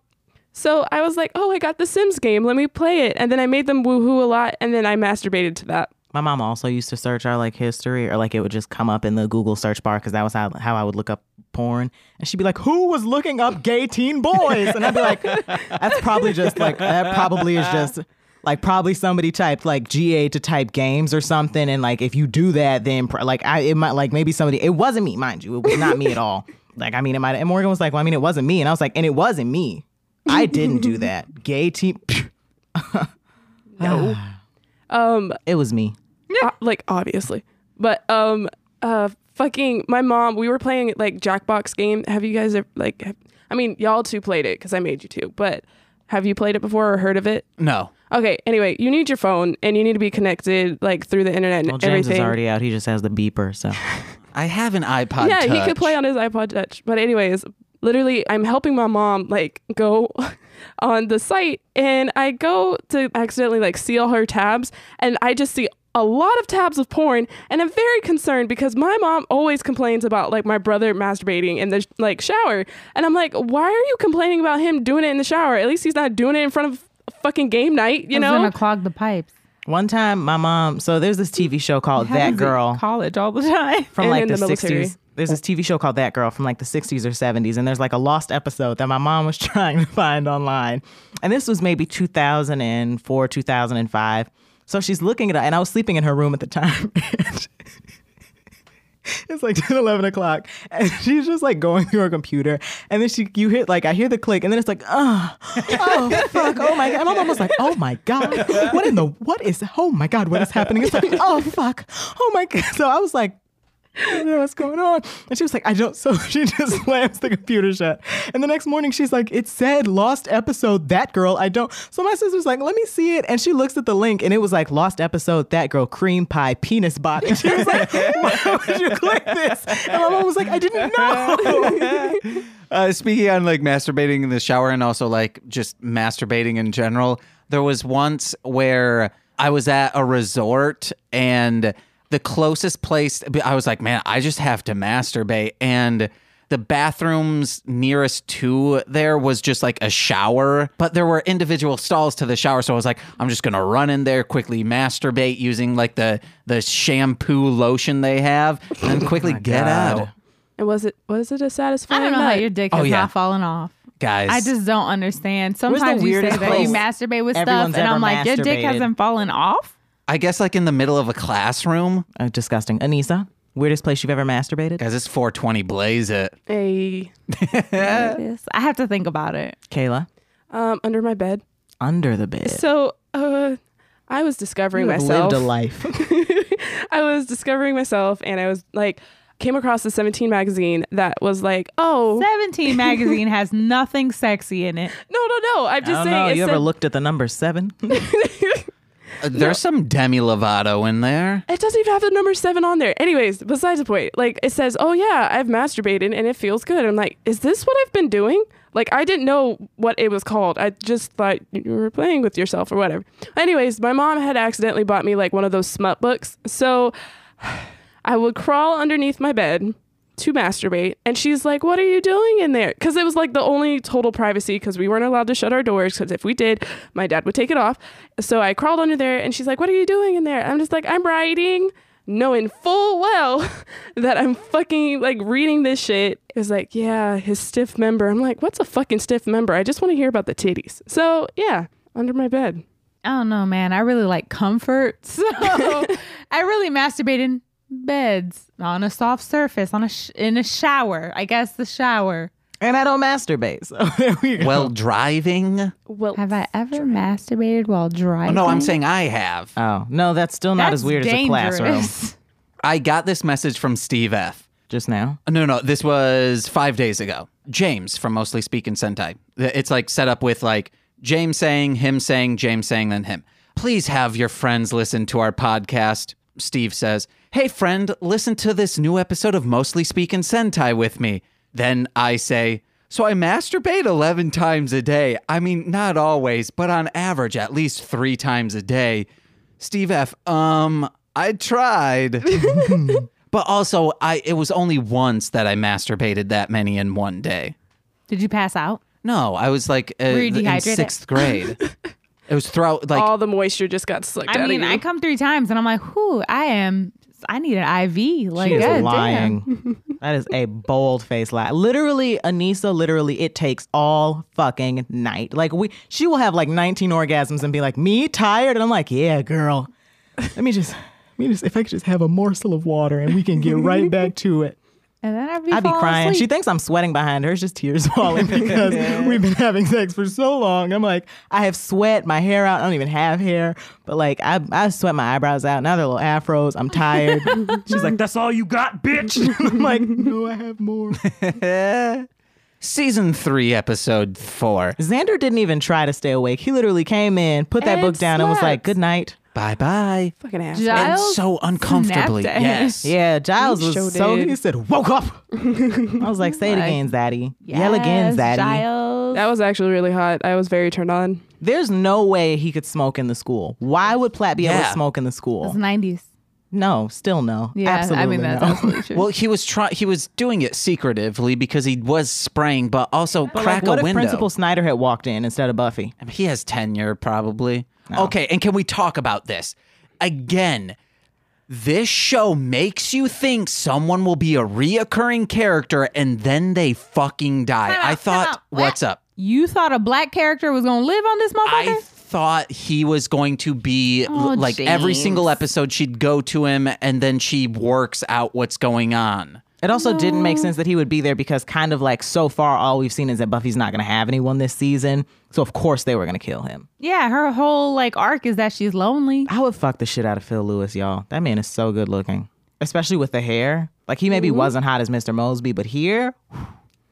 [SPEAKER 4] So I was like, "Oh, I got the Sims game. Let me play it." And then I made them woohoo a lot, and then I masturbated to that.
[SPEAKER 2] My mom also used to search our like history, or like it would just come up in the Google search bar because that was how, how I would look up porn. And she'd be like, "Who was looking up gay teen boys?" And I'd be like, "That's probably just like that probably is just like probably somebody typed like GA to type games or something." And like if you do that, then pr- like I it might like maybe somebody it wasn't me, mind you, it was not me at all. Like I mean, it might. And Morgan was like, "Well, I mean, it wasn't me," and I was like, "And it wasn't me. I didn't do that. Gay teen. no,
[SPEAKER 4] Um,
[SPEAKER 2] it was me."
[SPEAKER 4] o- Uh, like obviously, but um, uh, fucking my mom. We were playing like Jackbox game. Have you guys ever, like? Have, I mean, y'all two played it because I made you two. But have you played it before or heard of it?
[SPEAKER 1] No,
[SPEAKER 4] Okay. Anyway, you need your phone and you need to be connected like through the internet and
[SPEAKER 2] Well, James
[SPEAKER 4] everything.
[SPEAKER 2] is already out. He just has the beeper. So
[SPEAKER 1] I have an iPod.
[SPEAKER 4] yeah, he could
[SPEAKER 1] Touch.
[SPEAKER 4] play on his iPod Touch. But anyways, literally, I'm helping my mom like go on the site, and I go to accidentally like see all her tabs, and I just see a lot of tabs of porn, and I'm very concerned because my mom always complains about like my brother masturbating in the like shower, and I'm like, why are you complaining about him doing it in the shower? At least he's not doing it in front of a fucking game night, you know?
[SPEAKER 3] gonna clog the pipes
[SPEAKER 2] one time, my mom. So there's this TV show called That Girl
[SPEAKER 3] college all the time
[SPEAKER 2] from
[SPEAKER 4] And
[SPEAKER 2] like
[SPEAKER 4] in
[SPEAKER 2] the,
[SPEAKER 4] the military.
[SPEAKER 2] 60s. There's this TV show called That Girl from like the 60s or 70s, and there's like a lost episode that my mom was trying to find online, and this was maybe 2004, 2005. So she's looking at it, up, and I was sleeping in her room at the time. it's like 10, 11 o'clock. And she's just like going through her computer. And then she, you hear like, I hear the click. And then it's like, oh, oh, fuck. Oh my God. And I'm almost like, oh my God. What in the, what is, oh my God, what is happening? It's like, oh fuck. Oh my God. So I was like, I don't know what's going on. And she was like, I don't. So she just slams the computer shut. And the next morning, she's like, It said lost episode, that girl. I don't. So my sister's like, Let me see it. And she looks at the link and it was like, Lost episode, that girl, cream pie, penis bot. And she was like, Why would you click this? And my mom was like, I didn't know.
[SPEAKER 1] Uh, speaking on like masturbating in the shower and also like just masturbating in general, there was once where I was at a resort and the closest place I was like, man, I just have to masturbate. And the bathrooms nearest to there was just like a shower, but there were individual stalls to the shower. So I was like, I'm just gonna run in there, quickly masturbate using like the the shampoo lotion they have, and then quickly get
[SPEAKER 2] God.
[SPEAKER 1] out.
[SPEAKER 4] And was it was it a satisfying
[SPEAKER 3] I don't know how
[SPEAKER 4] night?
[SPEAKER 3] your dick
[SPEAKER 1] Oh,
[SPEAKER 3] has
[SPEAKER 1] yeah.
[SPEAKER 3] not fallen off.
[SPEAKER 1] Guys,
[SPEAKER 3] I just don't understand. Sometimes you say
[SPEAKER 2] weirdest
[SPEAKER 3] that you
[SPEAKER 2] place
[SPEAKER 3] masturbate with stuff,
[SPEAKER 2] everyone's
[SPEAKER 3] and
[SPEAKER 2] ever
[SPEAKER 3] I'm like, your dick
[SPEAKER 2] masturbated?
[SPEAKER 3] hasn't fallen off.
[SPEAKER 1] I guess like in the middle of a classroom,
[SPEAKER 2] Uh, disgusting. Anissa, weirdest place you've ever masturbated?
[SPEAKER 1] guys, it's 420 blaze it.
[SPEAKER 4] a
[SPEAKER 3] Yes, I have to think about it.
[SPEAKER 2] Kayla,
[SPEAKER 4] um under my bed.
[SPEAKER 2] under the bed.
[SPEAKER 4] So uh I was discovering
[SPEAKER 2] You have
[SPEAKER 4] myself.
[SPEAKER 2] lived a life.
[SPEAKER 4] I was discovering myself and I was like came across the 17 magazine that was like, "Oh,
[SPEAKER 3] Seventeen magazine has nothing sexy in it.
[SPEAKER 4] no, no, no. I'm
[SPEAKER 2] I
[SPEAKER 4] just
[SPEAKER 2] don't
[SPEAKER 4] saying
[SPEAKER 2] know.
[SPEAKER 4] it
[SPEAKER 2] You ever
[SPEAKER 4] said-
[SPEAKER 2] looked at the number seven?
[SPEAKER 1] Uh, There's some Demi Lovato in there.
[SPEAKER 4] It doesn't even have the number seven on there. Anyways, besides the point, like it says, oh yeah, I've masturbated and it feels good. I'm like, is this what I've been doing? Like I didn't know what it was called. I just thought you were playing with yourself or whatever. Anyways, my mom had accidentally bought me like one of those smut books. So I would crawl underneath my bed to masturbate and she's like what are you doing in there because it was like the only total privacy because we weren't allowed to shut our doors because if we did my dad would take it off so i crawled under there and she's like what are you doing in there i'm just like i'm writing knowing full well that i'm fucking like reading this shit it was like yeah his stiff member i'm like what's a fucking stiff member i just want to hear about the titties so yeah under my bed
[SPEAKER 3] I don't know, man. I really like comfort, so I really masturbate in beds on a soft surface on a sh- in a shower. I guess the shower.
[SPEAKER 2] and I don't masturbate. So there we go.
[SPEAKER 1] Well, driving.
[SPEAKER 4] well
[SPEAKER 3] Have I ever masturbated while
[SPEAKER 1] Oh,
[SPEAKER 3] driving?
[SPEAKER 1] no, I'm saying I have.
[SPEAKER 2] Oh, no, that's still not as weird as a classroom.
[SPEAKER 1] I got this message from Steve F.
[SPEAKER 2] Just now.
[SPEAKER 1] No, no, this was five days ago. James from Mostly Speaking Sentai. It's like set up with like James saying, him saying, James saying, then him. Please have your friends listen to our podcast. Steve says, Hey, friend, listen to this new episode of Mostly Speaking Sentai with me. Then I say, So I masturbate 11 times a day. I mean, not always, but on average, at least three times a day. Steve F. Um, I tried. But also, I it was only once that I masturbated that many in one day.
[SPEAKER 3] Did you pass out?
[SPEAKER 1] No, I was like uh,
[SPEAKER 3] Were you
[SPEAKER 1] in
[SPEAKER 3] dehydrated?
[SPEAKER 1] sixth grade. it was throughout like
[SPEAKER 4] all the moisture just got sucked out
[SPEAKER 3] I mean,
[SPEAKER 4] of you
[SPEAKER 3] I come three times and I'm like, whoo, I am. I need an IV. Like,
[SPEAKER 2] She is
[SPEAKER 3] God damn.
[SPEAKER 2] lying. that is a bold faced lie. Literally, Anissa, literally, it takes all fucking night. Like we she will have like 19 orgasms and be like, me tired. And I'm like, yeah, girl. Let me just let me just if I could just have a morsel of water and we can get right back to it.
[SPEAKER 3] And then I'd be,
[SPEAKER 2] I'd be
[SPEAKER 3] falling
[SPEAKER 2] crying. She
[SPEAKER 3] asleep.
[SPEAKER 2] thinks I'm sweating behind her. It's just tears falling because we've been having sex for so long. I'm like, I have sweat my hair out. I don't even have hair, but like I, I sweat my eyebrows out. Now they're little afros. I'm tired. She's like, that's all you got, bitch. I'm like, no, I have more.
[SPEAKER 1] season three, episode four.
[SPEAKER 2] Xander didn't even try to stay awake. He literally came in, put that
[SPEAKER 3] And
[SPEAKER 2] book down, and was
[SPEAKER 3] slept.
[SPEAKER 2] like, good night.
[SPEAKER 1] Bye bye.
[SPEAKER 4] fucking ass
[SPEAKER 1] And
[SPEAKER 3] Giles
[SPEAKER 1] so uncomfortably.
[SPEAKER 3] snapped at
[SPEAKER 1] Yes.
[SPEAKER 2] Yeah, Giles
[SPEAKER 4] He
[SPEAKER 2] was
[SPEAKER 4] sure
[SPEAKER 2] so
[SPEAKER 4] did.
[SPEAKER 2] he said, woke up. I was like, say it again, Zaddy. Yell again,
[SPEAKER 3] Yes,
[SPEAKER 2] Zaddy.
[SPEAKER 3] Giles.
[SPEAKER 4] that was actually really hot i was very turned on
[SPEAKER 2] There's no way he could smoke in the school. Why would Platt be able to
[SPEAKER 1] Yeah.
[SPEAKER 2] smoke in the
[SPEAKER 3] It's
[SPEAKER 2] school?
[SPEAKER 3] 90s.
[SPEAKER 2] No, still no.
[SPEAKER 3] Yeah,
[SPEAKER 2] absolutely
[SPEAKER 3] I mean that's
[SPEAKER 2] no.
[SPEAKER 3] absolutely true.
[SPEAKER 1] Well, he was trying. He was doing it secretively because he was spraying, but also crack
[SPEAKER 2] Like, what
[SPEAKER 1] a
[SPEAKER 2] if
[SPEAKER 1] window.
[SPEAKER 2] Principal Snyder had walked in instead of Buffy?
[SPEAKER 1] I mean, He has tenure, probably. Okay, and can we talk about this again? This show makes you think someone will be a reoccurring character, and then they fucking die.
[SPEAKER 3] Time out,
[SPEAKER 1] I
[SPEAKER 3] time
[SPEAKER 1] thought,
[SPEAKER 3] out.
[SPEAKER 1] what's
[SPEAKER 3] What?
[SPEAKER 1] up?
[SPEAKER 3] you thought a black character was gonna live on this motherfucker?
[SPEAKER 1] I thought he was going to be
[SPEAKER 3] Oh,
[SPEAKER 1] l- like every
[SPEAKER 3] James.
[SPEAKER 1] single episode she'd go to him and then she works out what's going on.
[SPEAKER 2] It also didn't make sense that he would be there because, kind of like so far, all we've seen is that Buffy's not going to have anyone this season. So, of course, they were going to kill him.
[SPEAKER 3] Yeah, her whole like arc is that she's lonely.
[SPEAKER 2] I would fuck the shit out of Phil Lewis, y'all. That man is so good looking, especially with the hair. Like, he maybe wasn't hot as Mr. Mosby, but here,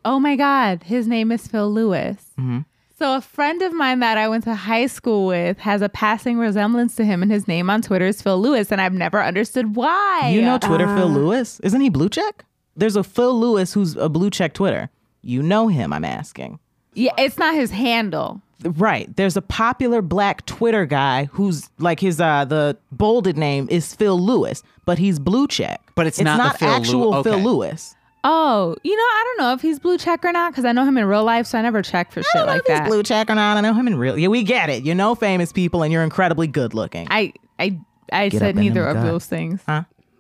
[SPEAKER 3] Oh my God, his name is Phil Lewis.
[SPEAKER 2] Mm-hmm.
[SPEAKER 3] So, a friend of mine that I went to high school with has a passing resemblance to him, and his name on Twitter is Phil Lewis, and I've never understood why.
[SPEAKER 2] you know Twitter Phil Lewis? Isn't he blue check? There's a Phil Lewis who's a blue check Twitter. You know him, I'm asking.
[SPEAKER 3] yeah, it's not his handle.
[SPEAKER 2] Right. There's a popular black Twitter guy who's like his uh the bolded name is Phil Lewis, but he's blue check.
[SPEAKER 1] But it's not the Phil Lew-
[SPEAKER 2] actual Phil
[SPEAKER 1] okay.
[SPEAKER 2] Lewis.
[SPEAKER 3] Oh, you know, I don't know if he's blue check or not because I know him in real life, so I never check for
[SPEAKER 2] I
[SPEAKER 3] shit
[SPEAKER 2] don't know
[SPEAKER 3] like
[SPEAKER 2] if he's
[SPEAKER 3] that.
[SPEAKER 2] blue check or not. I know him in real. Yeah, we get it. You know famous people, and you're incredibly good looking.
[SPEAKER 3] I I I
[SPEAKER 2] Get up
[SPEAKER 3] said
[SPEAKER 2] in
[SPEAKER 3] neither
[SPEAKER 2] them
[SPEAKER 3] of
[SPEAKER 2] gut.
[SPEAKER 3] those things.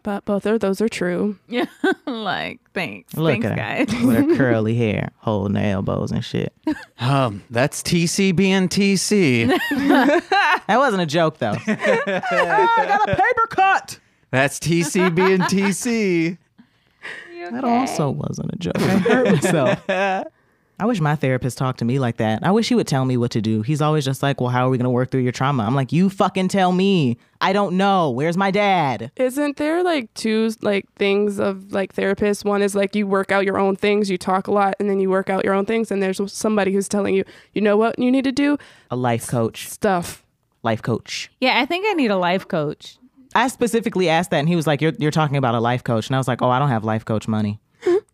[SPEAKER 4] But both of those are true.
[SPEAKER 3] Yeah, like thanks,
[SPEAKER 2] Uh, Look
[SPEAKER 3] thanks,
[SPEAKER 2] at her
[SPEAKER 3] guys.
[SPEAKER 2] with her curly hair, holding her elbows and shit.
[SPEAKER 1] Um, that's TC being TC.
[SPEAKER 2] That wasn't a joke though. I got a paper cut.
[SPEAKER 1] That's TC being TC.
[SPEAKER 2] That also wasn't a joke. I hurt myself. I wish my therapist talked to me like that. I wish he would tell me what to do. He's always just like, "Well, how are we going to work through your trauma?" I'm like, "You fucking tell me. I don't know. Where's my dad?"
[SPEAKER 4] Isn't there like two like things of like therapists? One is like you work out your own things, you talk a lot, and then you work out your own things. And there's somebody who's telling you, you know what you need to do?
[SPEAKER 2] A life coach.
[SPEAKER 4] Stuff.
[SPEAKER 2] Life coach.
[SPEAKER 3] Yeah, I think I need a life coach.
[SPEAKER 2] I specifically asked that, and he was like, "You're you're talking about a life coach," and I was like, "Oh, I don't have life coach money.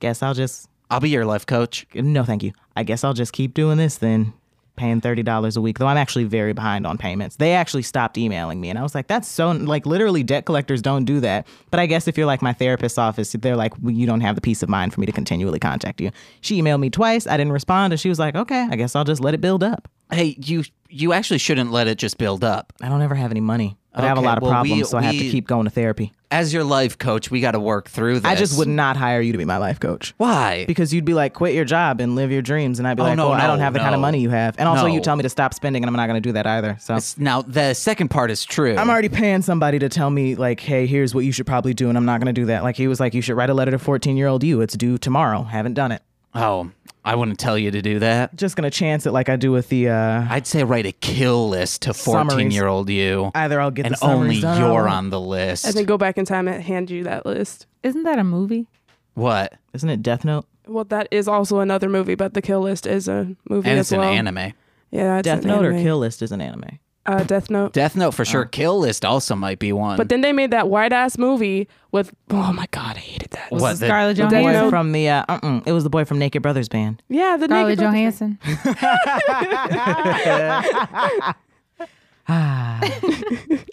[SPEAKER 2] guess I'll just
[SPEAKER 1] I'll be your life coach.
[SPEAKER 2] no, thank you. I guess I'll just keep doing this then." Paying thirty dollars a week, though I'm actually very behind on payments. They actually stopped emailing me, and I was like, "That's so like literally debt collectors don't do that." But I guess if you're like my therapist's office, they're like, well, "You don't have the peace of mind for me to continually contact you." She emailed me twice. I didn't respond, and she was like, "Okay, I guess I'll just let it build up."
[SPEAKER 1] Hey, you you actually shouldn't let it just build up.
[SPEAKER 2] I don't ever have any money, but I have a
[SPEAKER 1] Okay,
[SPEAKER 2] lot of
[SPEAKER 1] well, we-
[SPEAKER 2] problems, so I have to
[SPEAKER 1] we-
[SPEAKER 2] keep going to therapy.
[SPEAKER 1] As your life coach, we got to work through this.
[SPEAKER 2] I just would not hire you to be my life coach.
[SPEAKER 1] Why?
[SPEAKER 2] Because you'd be like, quit your job and live your dreams. And I'd be
[SPEAKER 1] Oh,
[SPEAKER 2] like,
[SPEAKER 1] no,
[SPEAKER 2] well, I
[SPEAKER 1] no,
[SPEAKER 2] don't have the kind of
[SPEAKER 1] no.
[SPEAKER 2] money you have. And also,
[SPEAKER 1] No.
[SPEAKER 2] you tell me to stop spending, and I'm not going to do that either. So
[SPEAKER 1] now the second part is true.
[SPEAKER 2] I'm already paying somebody to tell me, like, hey, here's what you should probably do. And I'm not going to do that. Like, he was like, you should write a letter to 14 year old you. It's due tomorrow. Haven't done it.
[SPEAKER 1] oh, I wouldn't tell you to do that.
[SPEAKER 2] Just going to chance it like I do with the. uh
[SPEAKER 1] I'd say write a kill list to
[SPEAKER 2] Summaries.
[SPEAKER 1] 14 year old you.
[SPEAKER 2] Either I'll get
[SPEAKER 1] and
[SPEAKER 2] the summaries
[SPEAKER 1] only
[SPEAKER 2] done or I
[SPEAKER 1] you're
[SPEAKER 2] won't.
[SPEAKER 1] on the list.
[SPEAKER 4] And then go back in time and hand you that list.
[SPEAKER 3] Isn't that a movie?
[SPEAKER 1] what?
[SPEAKER 2] Isn't it Death Note?
[SPEAKER 4] Well, that is also another movie, but The Kill List is a movie
[SPEAKER 1] And
[SPEAKER 4] as
[SPEAKER 1] it's an
[SPEAKER 4] well.
[SPEAKER 1] anime.
[SPEAKER 4] Yeah, it's
[SPEAKER 2] Death
[SPEAKER 4] an
[SPEAKER 2] Note or
[SPEAKER 4] anime.
[SPEAKER 2] Kill List is an anime.
[SPEAKER 4] Uh, Death Note.
[SPEAKER 1] Death Note for
[SPEAKER 2] Oh.
[SPEAKER 1] sure. Kill list also might be one.
[SPEAKER 4] But then they made that white ass movie with. Oh my god, I hated that.
[SPEAKER 1] What,
[SPEAKER 3] This is
[SPEAKER 1] the-
[SPEAKER 3] Scarlett
[SPEAKER 2] The boy
[SPEAKER 3] Johansson.
[SPEAKER 2] from the. Uh, uh-uh. It was the boy from Naked Brothers Band.
[SPEAKER 4] Yeah, the
[SPEAKER 3] Scarlett
[SPEAKER 4] naked Brothers.
[SPEAKER 3] Johansson.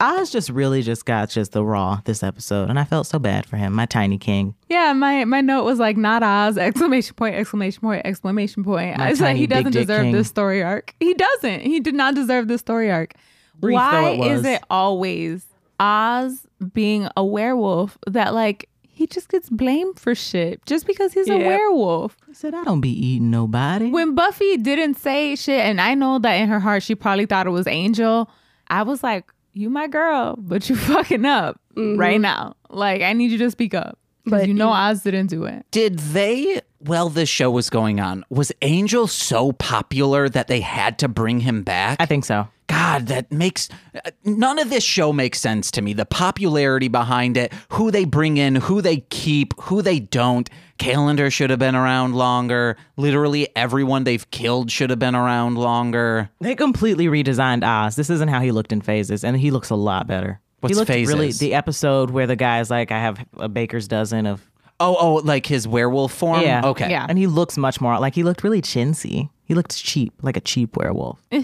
[SPEAKER 2] Oz just really just got just the raw this episode, and I felt so bad for him, my tiny king.
[SPEAKER 3] Yeah, my my note was like not Oz exclamation point exclamation point exclamation point.
[SPEAKER 2] My
[SPEAKER 3] I said
[SPEAKER 2] tiny
[SPEAKER 3] he doesn't
[SPEAKER 2] big dick
[SPEAKER 3] deserve
[SPEAKER 2] king.
[SPEAKER 3] this story arc. He doesn't. He did not deserve this story arc.
[SPEAKER 2] Brief
[SPEAKER 3] Why
[SPEAKER 2] though it
[SPEAKER 3] is
[SPEAKER 2] was.
[SPEAKER 3] it always Oz being a werewolf that like he just gets blamed for shit just because he's a
[SPEAKER 4] Yep.
[SPEAKER 3] werewolf?
[SPEAKER 2] He said, "I don't be eating nobody."
[SPEAKER 3] When Buffy didn't say shit, and I know that in her heart she probably thought it was Angel, I was like, "You my girl, but you fucking up right now. Like I need you to speak up." But
[SPEAKER 4] But
[SPEAKER 3] you know Oz didn't do it.
[SPEAKER 1] Did they? While this show was going on, was Angel so popular that they had to bring him back?
[SPEAKER 2] I think so.
[SPEAKER 1] God, that makes uh, none of this show makes sense to me. The popularity behind it, who they bring in, who they keep, who they don't. Calendar should have been around longer. Literally everyone they've killed should have been around longer.
[SPEAKER 2] They completely redesigned Oz. This isn't how he looked in phases, and he looks a lot better.
[SPEAKER 1] What's
[SPEAKER 2] he looked really
[SPEAKER 1] Phases?
[SPEAKER 2] the episode where the guy's like, "I have a baker's dozen of
[SPEAKER 1] Oh, oh, like his werewolf form?
[SPEAKER 2] yeah,
[SPEAKER 1] Okay.
[SPEAKER 3] Yeah.
[SPEAKER 2] and he looks much more like he looked really chintzy. He looked cheap, like a cheap werewolf.
[SPEAKER 4] He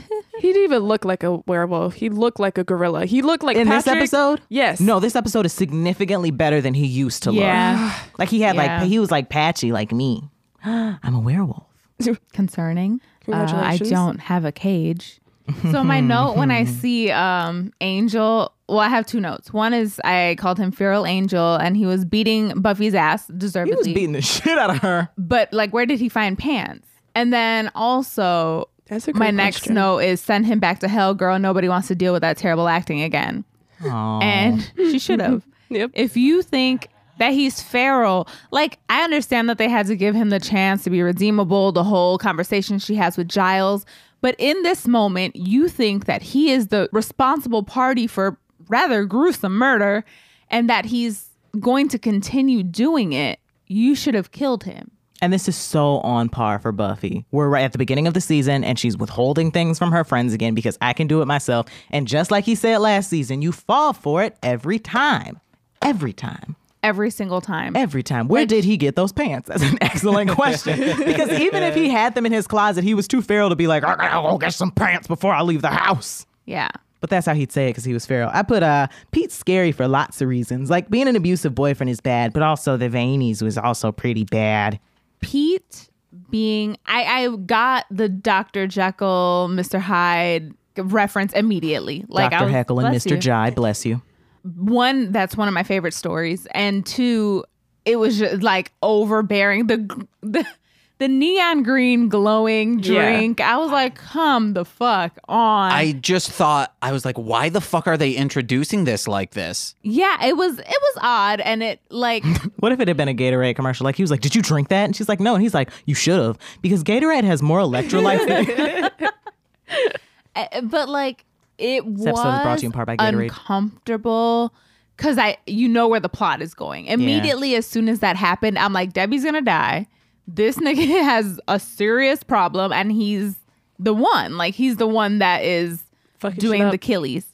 [SPEAKER 4] didn't even look like a werewolf. He looked like a gorilla. He looked like
[SPEAKER 2] in this
[SPEAKER 4] Patrick-
[SPEAKER 2] episode,
[SPEAKER 4] Yes.
[SPEAKER 2] no, this episode is significantly better than he used to
[SPEAKER 3] Yeah.
[SPEAKER 2] look. Like he had
[SPEAKER 3] Yeah.
[SPEAKER 2] like he was like patchy, like me. I'm a werewolf.
[SPEAKER 3] concerning. Uh, I
[SPEAKER 4] Congratulations.
[SPEAKER 3] don't have a cage. So my note when I see um, Angel, well, I have two notes. One is I called him Feral Angel, and he was beating Buffy's ass
[SPEAKER 2] He was
[SPEAKER 3] deservedly.
[SPEAKER 2] beating the shit out of her.
[SPEAKER 3] but like, where did he find pants? And then also
[SPEAKER 4] That's a great
[SPEAKER 3] My next
[SPEAKER 4] question.
[SPEAKER 3] no is send him back to hell, girl. Nobody wants to deal with that terrible acting again.
[SPEAKER 2] Aw.
[SPEAKER 3] And she should have.
[SPEAKER 4] Yep.
[SPEAKER 3] If you think that he's feral, like I understand that they had to give him the chance to be redeemable, the whole conversation she has with Giles. But in this moment, you think that he is the responsible party for rather gruesome murder and that he's going to continue doing it. You should have killed him.
[SPEAKER 2] And this is so on par for Buffy. We're right at the beginning of the season and she's withholding things from her friends again because I can do it myself. And just like he said last season, you fall for it every time. Every time.
[SPEAKER 3] Every single time.
[SPEAKER 2] Every time. Where did he get those pants? That's an excellent question. because even if he had them in his closet, he was too feral to be like, I gotta go get some pants before I leave the house.
[SPEAKER 3] yeah.
[SPEAKER 2] But that's how he'd say it because he was feral. I put uh, Pete's scary for lots of reasons. Like being an abusive boyfriend is bad, but also the Vaneys was also pretty bad.
[SPEAKER 3] Pete being I I got the Dr. Jekyll, Mr. Hyde reference immediately. Like I
[SPEAKER 2] Dr.
[SPEAKER 3] was,
[SPEAKER 2] Heckle and
[SPEAKER 3] bless
[SPEAKER 2] Mr.
[SPEAKER 3] you.
[SPEAKER 2] Jide, bless you.
[SPEAKER 3] One, that's one of my favorite stories, and two, it was just like overbearing the gr- the, the neon green glowing
[SPEAKER 4] Yeah.
[SPEAKER 3] drink. I was like, come the fuck on.
[SPEAKER 1] I just thought I was like, why the fuck are they introducing this like this?
[SPEAKER 3] yeah, it was it was odd, and it like
[SPEAKER 2] What if it had been a Gatorade commercial? Like he was like, "Did you drink that?" And she's like, "No." And he's like, "You should have," because Gatorade has more electrolytes. Than-
[SPEAKER 3] Uh, but like it was
[SPEAKER 2] episode is brought to you in part by Gatorade.
[SPEAKER 3] uncomfortable because I you know where the plot is going immediately as soon as that happened I'm like Debbie's gonna die this nigga has a serious problem and he's the one like he's the one that is
[SPEAKER 4] Fucking shit
[SPEAKER 3] doing
[SPEAKER 4] up.
[SPEAKER 3] the killies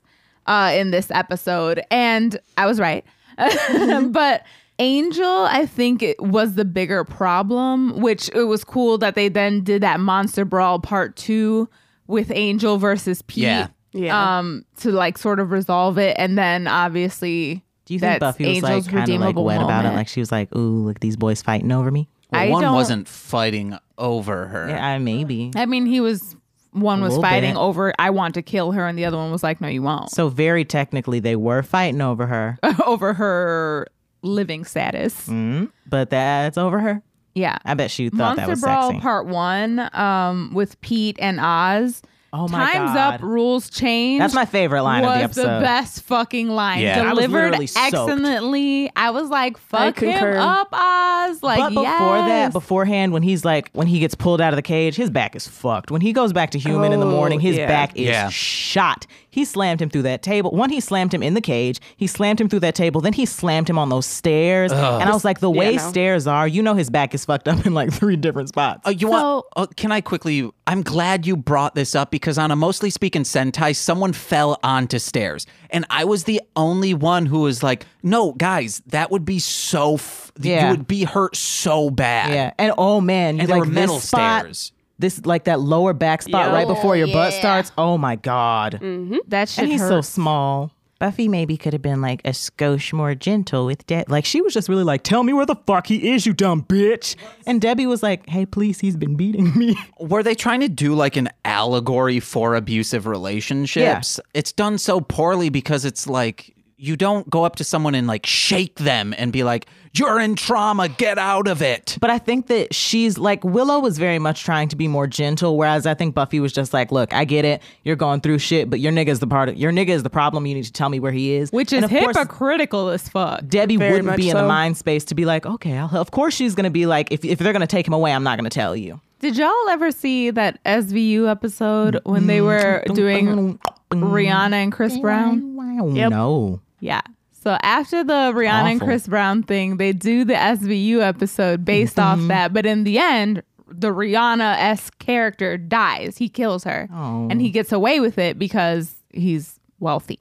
[SPEAKER 3] uh, in this episode and I was right
[SPEAKER 2] Mm-hmm.
[SPEAKER 3] but Angel I think it was the bigger problem which it was cool that they then did that monster brawl part two with Angel versus Pete
[SPEAKER 1] Yeah.
[SPEAKER 4] Yeah.
[SPEAKER 3] um to like sort of resolve it and then obviously
[SPEAKER 2] Do you think
[SPEAKER 3] that's
[SPEAKER 2] Buffy was like kind
[SPEAKER 3] Angel's
[SPEAKER 2] of like
[SPEAKER 3] redeemable
[SPEAKER 2] wet about it?
[SPEAKER 3] moment.
[SPEAKER 2] Like she was like, "Ooh, look, these boys fighting over me."
[SPEAKER 1] Well,
[SPEAKER 3] I
[SPEAKER 1] one
[SPEAKER 3] don't-
[SPEAKER 1] wasn't fighting over her.
[SPEAKER 2] Yeah, I maybe.
[SPEAKER 3] I mean he was one was
[SPEAKER 2] little
[SPEAKER 3] fighting
[SPEAKER 2] bit.
[SPEAKER 3] over I want to kill her and the other one was like no you won't
[SPEAKER 2] So very technically, they were fighting over her,
[SPEAKER 3] over her living status
[SPEAKER 2] Mm. but that's over her.
[SPEAKER 3] yeah
[SPEAKER 2] I bet she thought that
[SPEAKER 3] Monster
[SPEAKER 2] was
[SPEAKER 3] Brawl
[SPEAKER 2] sexy.
[SPEAKER 3] part 1 um with Pete and Oz
[SPEAKER 2] Oh my
[SPEAKER 3] Time's
[SPEAKER 2] God.
[SPEAKER 3] up rules change
[SPEAKER 2] That's my favorite line of the
[SPEAKER 3] was
[SPEAKER 2] episode.
[SPEAKER 3] best fucking line
[SPEAKER 1] Yeah. I
[SPEAKER 2] was
[SPEAKER 3] delivered
[SPEAKER 2] literally soaked.
[SPEAKER 3] excellently. I was like,
[SPEAKER 4] I
[SPEAKER 3] "Fuck him
[SPEAKER 4] concur.
[SPEAKER 3] up, Oz!" Like,
[SPEAKER 2] but before
[SPEAKER 3] yes.
[SPEAKER 2] that, beforehand, when he's like, when he gets pulled out of the cage, his back is fucked. When he goes back to human in the
[SPEAKER 4] Oh,
[SPEAKER 2] morning, his
[SPEAKER 4] yeah.
[SPEAKER 2] back is
[SPEAKER 1] Yeah.
[SPEAKER 2] shot. He slammed him through that table. One, he slammed him in the cage. He slammed him through that table. Then he slammed him on those stairs. And I was like, the way
[SPEAKER 4] no.
[SPEAKER 2] stairs are, you know, his back is fucked up in like three different spots.
[SPEAKER 1] Uh, you want?
[SPEAKER 3] So-
[SPEAKER 1] Uh, can I quickly? I'm glad you brought this up because on a mostly speaking Sentai, someone fell onto stairs, and I was the only one who was like, "No, guys, that would be so. F-
[SPEAKER 2] Yeah.
[SPEAKER 1] You would be hurt so bad.
[SPEAKER 2] yeah. And oh man, you
[SPEAKER 1] And there
[SPEAKER 2] like
[SPEAKER 1] were metal
[SPEAKER 2] this spot,
[SPEAKER 1] stairs.
[SPEAKER 2] This like that lower back spot right before your butt starts. Oh my god.
[SPEAKER 3] that shit
[SPEAKER 2] and he's so
[SPEAKER 3] hurt.
[SPEAKER 2] small. Buffy maybe could have been like a skosh more gentle with Deb. Like she was just really like, "Tell me where the fuck he is, you dumb bitch." And Debbie was like, "Hey, please, he's been beating me."
[SPEAKER 1] Were they trying to do like an allegory for abusive relationships? It's done so poorly because it's like you don't go up to someone and like shake them and be like, "You're in trauma. Get out of it."
[SPEAKER 2] But I think that she's like Willow was very much trying to be more gentle, whereas I think Buffy was just like, "Look, I get it. You're going through shit, but your nigga is the part of your nigga is the problem. You need to tell me where he is."
[SPEAKER 3] which
[SPEAKER 2] And
[SPEAKER 3] is
[SPEAKER 2] of course,
[SPEAKER 3] hypocritical as fuck.
[SPEAKER 2] Debbie
[SPEAKER 4] Very
[SPEAKER 2] wouldn't
[SPEAKER 4] much
[SPEAKER 2] be in the
[SPEAKER 4] so.
[SPEAKER 2] mind space to be like, "Okay, I'll, of course she's gonna be like, if if they're gonna take him away, I'm not gonna tell you."
[SPEAKER 3] Did y'all ever see that SVU episode when
[SPEAKER 2] Mm-hmm.
[SPEAKER 3] they were doing Rihanna and Chris Brown?
[SPEAKER 2] No.
[SPEAKER 3] Yeah. So after the Rihanna and
[SPEAKER 2] Awful.
[SPEAKER 3] Chris Brown thing, they do the SVU episode based off that. But in the end, the Rihanna s character dies. He kills her, and he gets away with it because he's wealthy.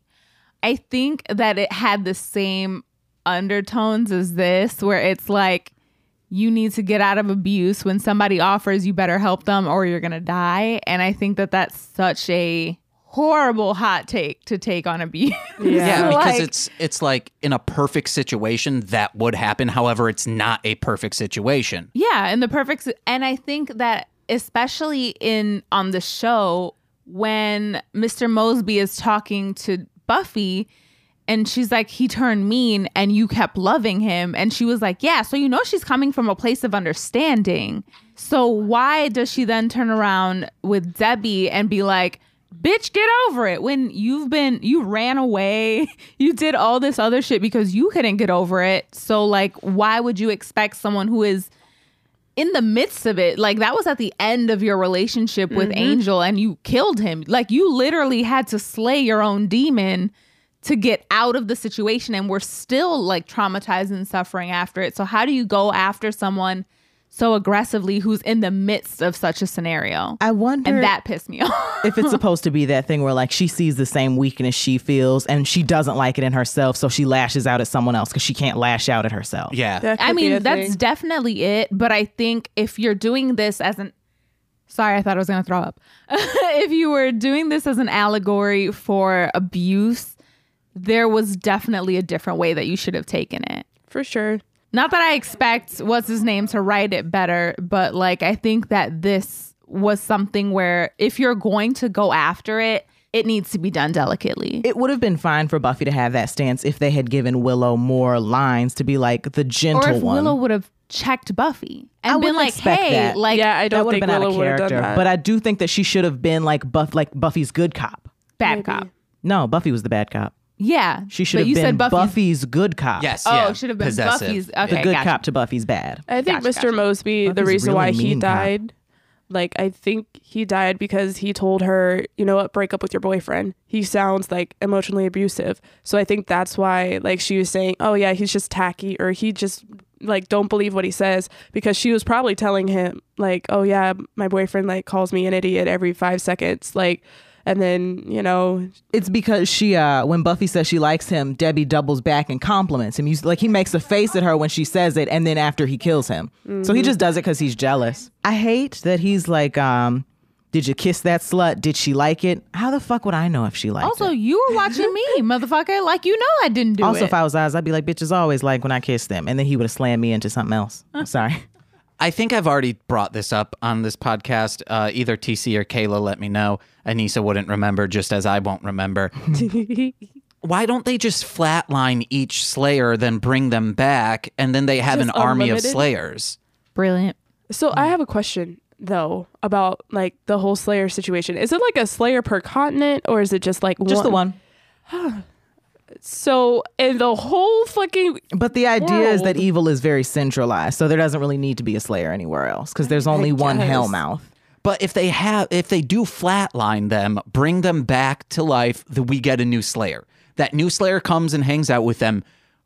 [SPEAKER 3] I think that it had the same undertones as this, where it's like you need to get out of abuse. When somebody offers, you better help them or you're going to die. And I think that that's such a horrible hot take to take on abuse.
[SPEAKER 1] Yeah, because
[SPEAKER 3] Like-
[SPEAKER 1] it's it's like in a perfect situation that would happen. However, it's not a perfect situation.
[SPEAKER 3] Yeah, and the perfect and I think that especially in on the show when Mr. Mosby is talking to Buffy And she's like, he turned mean and you kept loving him. And she was like, yeah. So you know she's coming from a place of understanding. So why does she then turn around with Debbie and be like, bitch, get over it when you've been, you ran away, you did all this other shit because you couldn't get over it. So, like, why would you expect someone who is in the midst of it, like that was at the end of your relationship with
[SPEAKER 2] Mm-hmm.
[SPEAKER 3] Angel and you killed him. Like you literally had to slay your own demon to get out of the situation and we're still like traumatized and suffering after it. So how do you go after someone so aggressively who's in the midst of such a scenario?
[SPEAKER 2] I wonder
[SPEAKER 3] and that pissed me off.
[SPEAKER 2] if it's supposed to be that thing where like she sees the same weakness she feels and she doesn't like it in herself, so she lashes out at someone else because she can't lash out at herself.
[SPEAKER 1] Yeah.
[SPEAKER 4] That
[SPEAKER 3] I
[SPEAKER 4] could be a
[SPEAKER 3] mean, that's
[SPEAKER 4] thing.
[SPEAKER 3] definitely it. But I think if you're doing this as an sorry, I thought I was gonna throw up. if you were doing this as an allegory for abuse, there was definitely a different way that you should have taken it.
[SPEAKER 4] for sure.
[SPEAKER 3] Not that I expect what's his name to write it better, but like I think that this was something where if you're going to go after it, it needs to be done delicately.
[SPEAKER 2] It would have been fine for Buffy to have that stance if they had given Willow more lines to be like the
[SPEAKER 3] or
[SPEAKER 2] gentle
[SPEAKER 3] if
[SPEAKER 2] one.
[SPEAKER 3] Willow would have checked Buffy and been
[SPEAKER 2] wouldn't
[SPEAKER 3] like,
[SPEAKER 2] expect
[SPEAKER 3] "Hey,
[SPEAKER 2] that.
[SPEAKER 3] like
[SPEAKER 4] yeah, I
[SPEAKER 2] that
[SPEAKER 4] don't
[SPEAKER 2] would
[SPEAKER 4] think
[SPEAKER 2] have been out
[SPEAKER 4] Willow
[SPEAKER 2] of
[SPEAKER 4] would have done
[SPEAKER 2] character,
[SPEAKER 4] that.
[SPEAKER 2] but I do think that she should have been like Buff, like Buffy's good cop.
[SPEAKER 3] bad cop."
[SPEAKER 2] No, Buffy was the bad cop.
[SPEAKER 3] Yeah,
[SPEAKER 2] She should
[SPEAKER 3] but
[SPEAKER 2] have
[SPEAKER 3] you
[SPEAKER 2] been
[SPEAKER 3] said Buffy's
[SPEAKER 2] Buffy's good cop.
[SPEAKER 1] Yes.
[SPEAKER 3] Oh,
[SPEAKER 1] yeah.
[SPEAKER 3] it should have been
[SPEAKER 1] Possessive.
[SPEAKER 3] Buffy's.
[SPEAKER 2] the
[SPEAKER 3] Okay,
[SPEAKER 2] good
[SPEAKER 3] gotcha.
[SPEAKER 2] cop to Buffy's bad.
[SPEAKER 4] I think
[SPEAKER 3] Gotcha,
[SPEAKER 4] Mr.
[SPEAKER 3] gotcha.
[SPEAKER 4] Mosby,
[SPEAKER 2] Buffy's
[SPEAKER 4] the
[SPEAKER 2] a
[SPEAKER 4] reason
[SPEAKER 2] really
[SPEAKER 4] why he
[SPEAKER 2] mean cop.
[SPEAKER 4] died, like I think he died because he told her, you know what, break up with your boyfriend. He sounds like emotionally abusive. So I think that's why like she was saying, "Oh yeah, he's just tacky or he just like don't believe what he says" because she was probably telling him like, "Oh yeah, my boyfriend like calls me an idiot every 5 seconds." Like and then, you know,
[SPEAKER 2] It's because she, uh, when Buffy says she likes him, Debbie doubles back and compliments him. You, like he makes a face at her when she says it, and then after he kills him, so he just does it because he's jealous. Mm-hmm. I hate that he's like, um, "Did you kiss that slut? Did she like it? How the fuck would I know if she liked
[SPEAKER 3] Also,
[SPEAKER 2] it?"
[SPEAKER 3] you were watching me, motherfucker. Like you know, I didn't do
[SPEAKER 2] Also,
[SPEAKER 3] it.
[SPEAKER 2] if I was Oz, I'd be like, "Bitches always like when I kiss them," and then he would have slammed me into something else. I'm sorry.
[SPEAKER 1] I think I've already brought this up on this podcast. Uh, either TC or Kayla let me know. Anissa wouldn't remember, just as I won't remember. Why don't they just flatline each Slayer, then bring them back, and then they have an
[SPEAKER 4] Just
[SPEAKER 1] army of
[SPEAKER 4] unlimited?
[SPEAKER 1] Slayers?
[SPEAKER 3] Brilliant.
[SPEAKER 4] So I have a question though about like the whole Slayer situation. Is it like a Slayer per continent or is it just like
[SPEAKER 2] Just the one.
[SPEAKER 4] So in the whole fucking
[SPEAKER 2] But the idea is that
[SPEAKER 4] world.
[SPEAKER 2] evil is very centralized, so there doesn't really need to be a Slayer anywhere else because there's only one
[SPEAKER 4] guess.
[SPEAKER 2] Hellmouth.
[SPEAKER 1] But if they have, if they do flatline them, bring them back to life, then we get a new Slayer. That new Slayer comes and hangs out with them.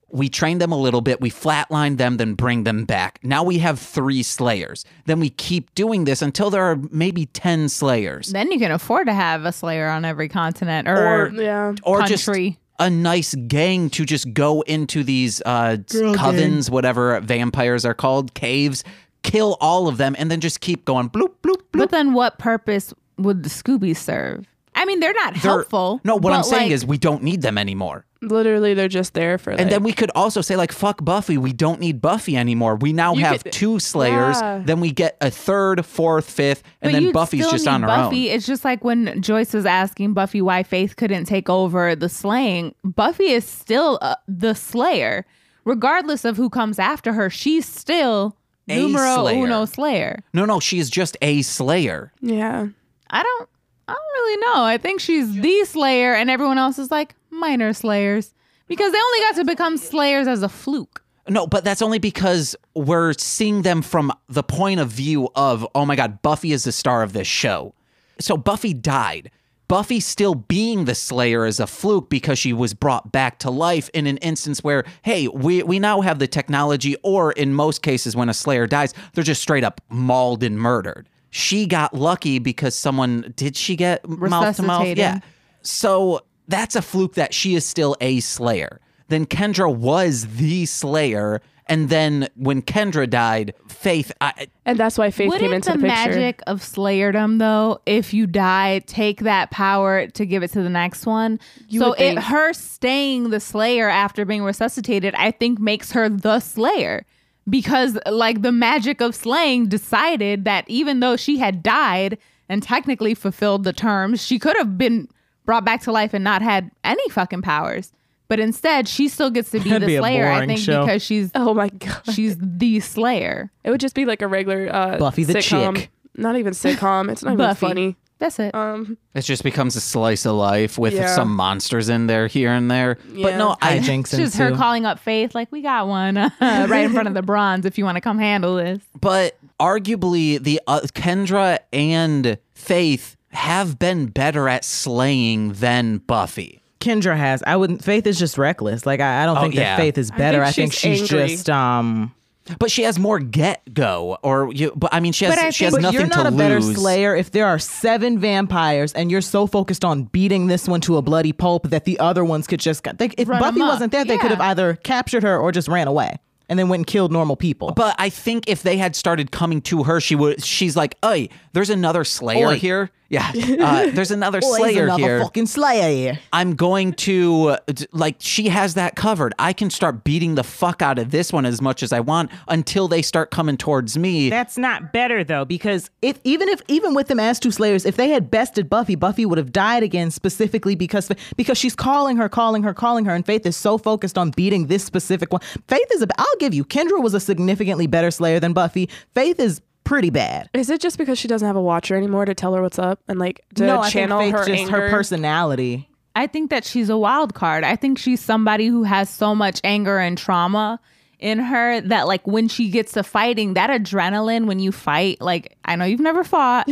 [SPEAKER 1] We train them a little bit. We flatline them, then bring them back. Now we have three Slayers. Then we keep doing this until there are maybe ten Slayers,
[SPEAKER 3] Then you can afford to have a Slayer on every continent, or,
[SPEAKER 4] yeah.
[SPEAKER 1] or just
[SPEAKER 3] Country.
[SPEAKER 1] a nice gang to just go into these uh, covens, whatever vampires are called, caves, kill all of them, and then just keep going bloop bloop bloop.
[SPEAKER 3] but then what purpose would the Scooby serve? I mean, they're not
[SPEAKER 1] They're-
[SPEAKER 3] helpful.
[SPEAKER 1] No, what I'm
[SPEAKER 3] but,
[SPEAKER 1] saying
[SPEAKER 3] like,
[SPEAKER 1] is we don't need them anymore.
[SPEAKER 4] Literally, they're just there for.
[SPEAKER 1] And then we could also say like fuck Buffy, we don't need Buffy anymore. We now
[SPEAKER 4] You
[SPEAKER 1] have
[SPEAKER 4] could-
[SPEAKER 1] two slayers,
[SPEAKER 4] Yeah.
[SPEAKER 1] then we get a third, fourth, fifth, and
[SPEAKER 3] but
[SPEAKER 1] then
[SPEAKER 3] you'd
[SPEAKER 1] Buffy's
[SPEAKER 3] still
[SPEAKER 1] just
[SPEAKER 3] need
[SPEAKER 1] on her
[SPEAKER 3] Buffy.
[SPEAKER 1] own.
[SPEAKER 3] It's just like when Joyce was asking Buffy why Faith couldn't take over the slaying. Buffy is still uh, the Slayer, regardless of who comes after her. She's still
[SPEAKER 1] A
[SPEAKER 3] numero
[SPEAKER 1] Slayer.
[SPEAKER 3] uno Slayer.
[SPEAKER 1] No, no, she is just a slayer.
[SPEAKER 4] yeah,
[SPEAKER 3] I don't I don't really know. I think she's the Slayer and everyone else is like minor Slayers because they only got to become Slayers as a fluke.
[SPEAKER 1] No, but that's only because we're seeing them from the point of view of, oh my God, Buffy is the star of this show. So Buffy died. Buffy still being the Slayer is a fluke because she was brought back to life in an instance where, hey, we, we now have the technology, or in most cases, when a Slayer dies, they're just straight up mauled and murdered. She got lucky because someone did she get mouth to mouth?
[SPEAKER 3] Resuscitated.
[SPEAKER 1] Yeah. So that's a fluke that she is still a Slayer. Then Kendra was the Slayer, and then when Kendra died, Faith. I,
[SPEAKER 4] and that's why Faith came
[SPEAKER 3] Wouldn't the,
[SPEAKER 4] into the, picture.
[SPEAKER 3] magic of Slayerdom though, if you die, take that power to give it to the next one? so
[SPEAKER 4] would
[SPEAKER 3] it
[SPEAKER 4] think.
[SPEAKER 3] her staying the Slayer after being resuscitated, I think makes her the Slayer. Because like the magic of slaying decided that even though she had died and technically fulfilled the terms, she could have been brought back to life and not had any fucking powers. But instead, she still gets to be
[SPEAKER 2] That'd
[SPEAKER 3] the
[SPEAKER 2] be a
[SPEAKER 3] Slayer. I
[SPEAKER 2] boring
[SPEAKER 3] think
[SPEAKER 2] show.
[SPEAKER 3] because she's
[SPEAKER 4] Oh my god.
[SPEAKER 3] she's the Slayer.
[SPEAKER 4] It would just be like a regular uh,
[SPEAKER 2] Buffy the
[SPEAKER 4] sitcom.
[SPEAKER 2] Chick.
[SPEAKER 4] Not even sitcom. It's not
[SPEAKER 3] Buffy.
[SPEAKER 4] even funny.
[SPEAKER 3] That's it.
[SPEAKER 4] Um,
[SPEAKER 1] It just becomes a slice of life with
[SPEAKER 4] Yeah.
[SPEAKER 1] some monsters in there here and there. But
[SPEAKER 4] Yeah.
[SPEAKER 1] no, I
[SPEAKER 2] hijinks
[SPEAKER 3] It's just her
[SPEAKER 2] ensue.
[SPEAKER 3] calling up Faith, like we got one uh, right in front of the bronze. If you want to come handle this,
[SPEAKER 1] but arguably the uh, Kendra and Faith have been better at slaying than Buffy.
[SPEAKER 2] Kendra has. I wouldn't. Faith is just reckless. Like I, I don't think
[SPEAKER 1] yeah.
[SPEAKER 2] that Faith is better. I think,
[SPEAKER 4] think she's
[SPEAKER 2] she's,
[SPEAKER 4] angry.
[SPEAKER 2] just um.
[SPEAKER 1] But she has more get go, or you. But I mean, she
[SPEAKER 3] But I
[SPEAKER 1] has she has
[SPEAKER 3] think-
[SPEAKER 2] But
[SPEAKER 1] nothing
[SPEAKER 2] you're
[SPEAKER 1] to
[SPEAKER 2] not a better
[SPEAKER 1] lose.
[SPEAKER 2] slayer if there are seven vampires and you're so focused on beating this one to a bloody pulp that the other ones could just. They, if
[SPEAKER 3] Run
[SPEAKER 2] Buffy
[SPEAKER 3] amok.
[SPEAKER 2] wasn't there, they could have
[SPEAKER 3] Yeah.
[SPEAKER 2] either captured her or just ran away and then went and killed normal people.
[SPEAKER 1] But I think if they had started coming to her, she would. She's like, "Hey, there's another Slayer
[SPEAKER 2] Oi.
[SPEAKER 1] here. Yeah, uh, there's another
[SPEAKER 2] Always
[SPEAKER 1] Slayer
[SPEAKER 2] another
[SPEAKER 1] here.
[SPEAKER 2] fucking slayer here.
[SPEAKER 1] I'm going to uh, d- like she has that covered. I can start beating the fuck out of this one as much as I want until they start coming towards me.
[SPEAKER 2] That's not better though, because if even if even with them as two slayers, if they had bested Buffy, Buffy would have died again specifically because because she's calling her, calling her, calling her, and Faith is so focused on beating this specific one. Faith is a I'll give you, Kendra was a significantly better slayer than Buffy. Faith is pretty bad.
[SPEAKER 4] is it just because she doesn't have a watcher anymore to tell her what's up and like to
[SPEAKER 2] no,
[SPEAKER 4] channel
[SPEAKER 2] I think Faith
[SPEAKER 4] her
[SPEAKER 2] just
[SPEAKER 4] anger?
[SPEAKER 2] her personality.
[SPEAKER 3] I think that she's a wild card. I think she's somebody who has so much anger and trauma in her that like when she gets to fighting, that adrenaline when you fight, like I know you've never fought,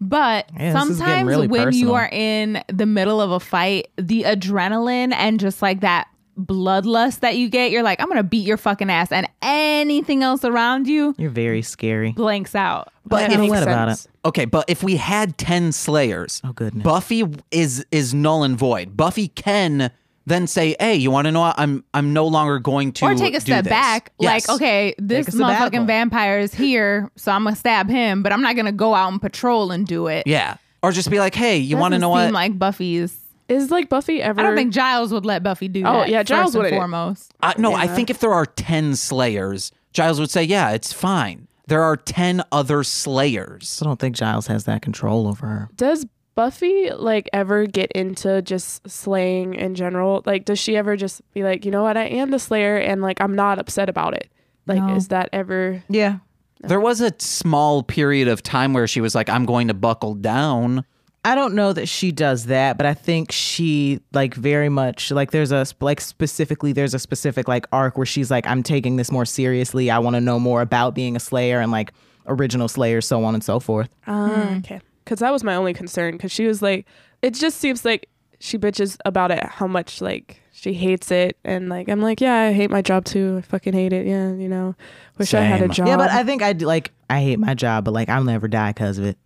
[SPEAKER 3] but
[SPEAKER 2] Yeah, this is getting
[SPEAKER 3] sometimes
[SPEAKER 2] really
[SPEAKER 3] when
[SPEAKER 2] personal.
[SPEAKER 3] you are in the middle of a fight, the adrenaline and just like that bloodlust that you get, you're like, I'm gonna beat your fucking ass and anything else around you
[SPEAKER 2] You're very scary.
[SPEAKER 3] blanks out.
[SPEAKER 1] but
[SPEAKER 4] That
[SPEAKER 1] if,
[SPEAKER 2] know
[SPEAKER 4] makes
[SPEAKER 2] what about
[SPEAKER 4] sense.
[SPEAKER 1] okay, but if we had ten Slayers, oh
[SPEAKER 2] goodness.
[SPEAKER 1] Buffy is is null and void. Buffy can then say, "Hey, you want to know? what? I'm I'm no longer going to
[SPEAKER 3] or take a
[SPEAKER 1] do
[SPEAKER 3] step
[SPEAKER 1] this."
[SPEAKER 3] back
[SPEAKER 1] Yes.
[SPEAKER 3] like okay this
[SPEAKER 2] Take a sabbatical.
[SPEAKER 3] motherfucking vampire is here so i'm gonna stab him but i'm not gonna go out and patrol and do it
[SPEAKER 1] yeah." Or just be like, "Hey, you want to
[SPEAKER 3] Doesn't
[SPEAKER 1] know
[SPEAKER 3] seem
[SPEAKER 1] what?
[SPEAKER 3] like buffy's
[SPEAKER 4] Is like Buffy ever?
[SPEAKER 3] i don't think giles would let buffy do
[SPEAKER 1] Oh,
[SPEAKER 3] that
[SPEAKER 4] yeah, Giles
[SPEAKER 3] first and
[SPEAKER 4] wouldn't.
[SPEAKER 3] foremost
[SPEAKER 1] I, no, I think if there are 10 slayers, Giles would say, yeah, it's fine. There are 10 other slayers.
[SPEAKER 2] I don't think Giles has that control over her.
[SPEAKER 4] Does Buffy like ever get into just slaying in general? Like, does she ever just be like, you know what, I am the Slayer, and like I'm not upset about it? Like,
[SPEAKER 3] No.
[SPEAKER 4] is that ever?
[SPEAKER 2] Yeah.
[SPEAKER 1] There was a small period of time where she was like, I'm going to buckle down.
[SPEAKER 2] I don't know that she does that, but I think she like very much like there's a sp- like specifically there's a specific like arc where she's like I'm taking this more seriously. I want to know more about being a slayer and like original slayer so on and so forth.
[SPEAKER 4] Ah, okay. Because that was my only concern. Because she was like, it just seems like she bitches about it, how much like she hates it, and like I'm like, yeah, I hate my job too. I fucking hate it. Yeah, you know, wish I had a
[SPEAKER 1] Same.
[SPEAKER 4] job.
[SPEAKER 2] Yeah, but I think I would like I hate my job, but like I'll never die cuz of it.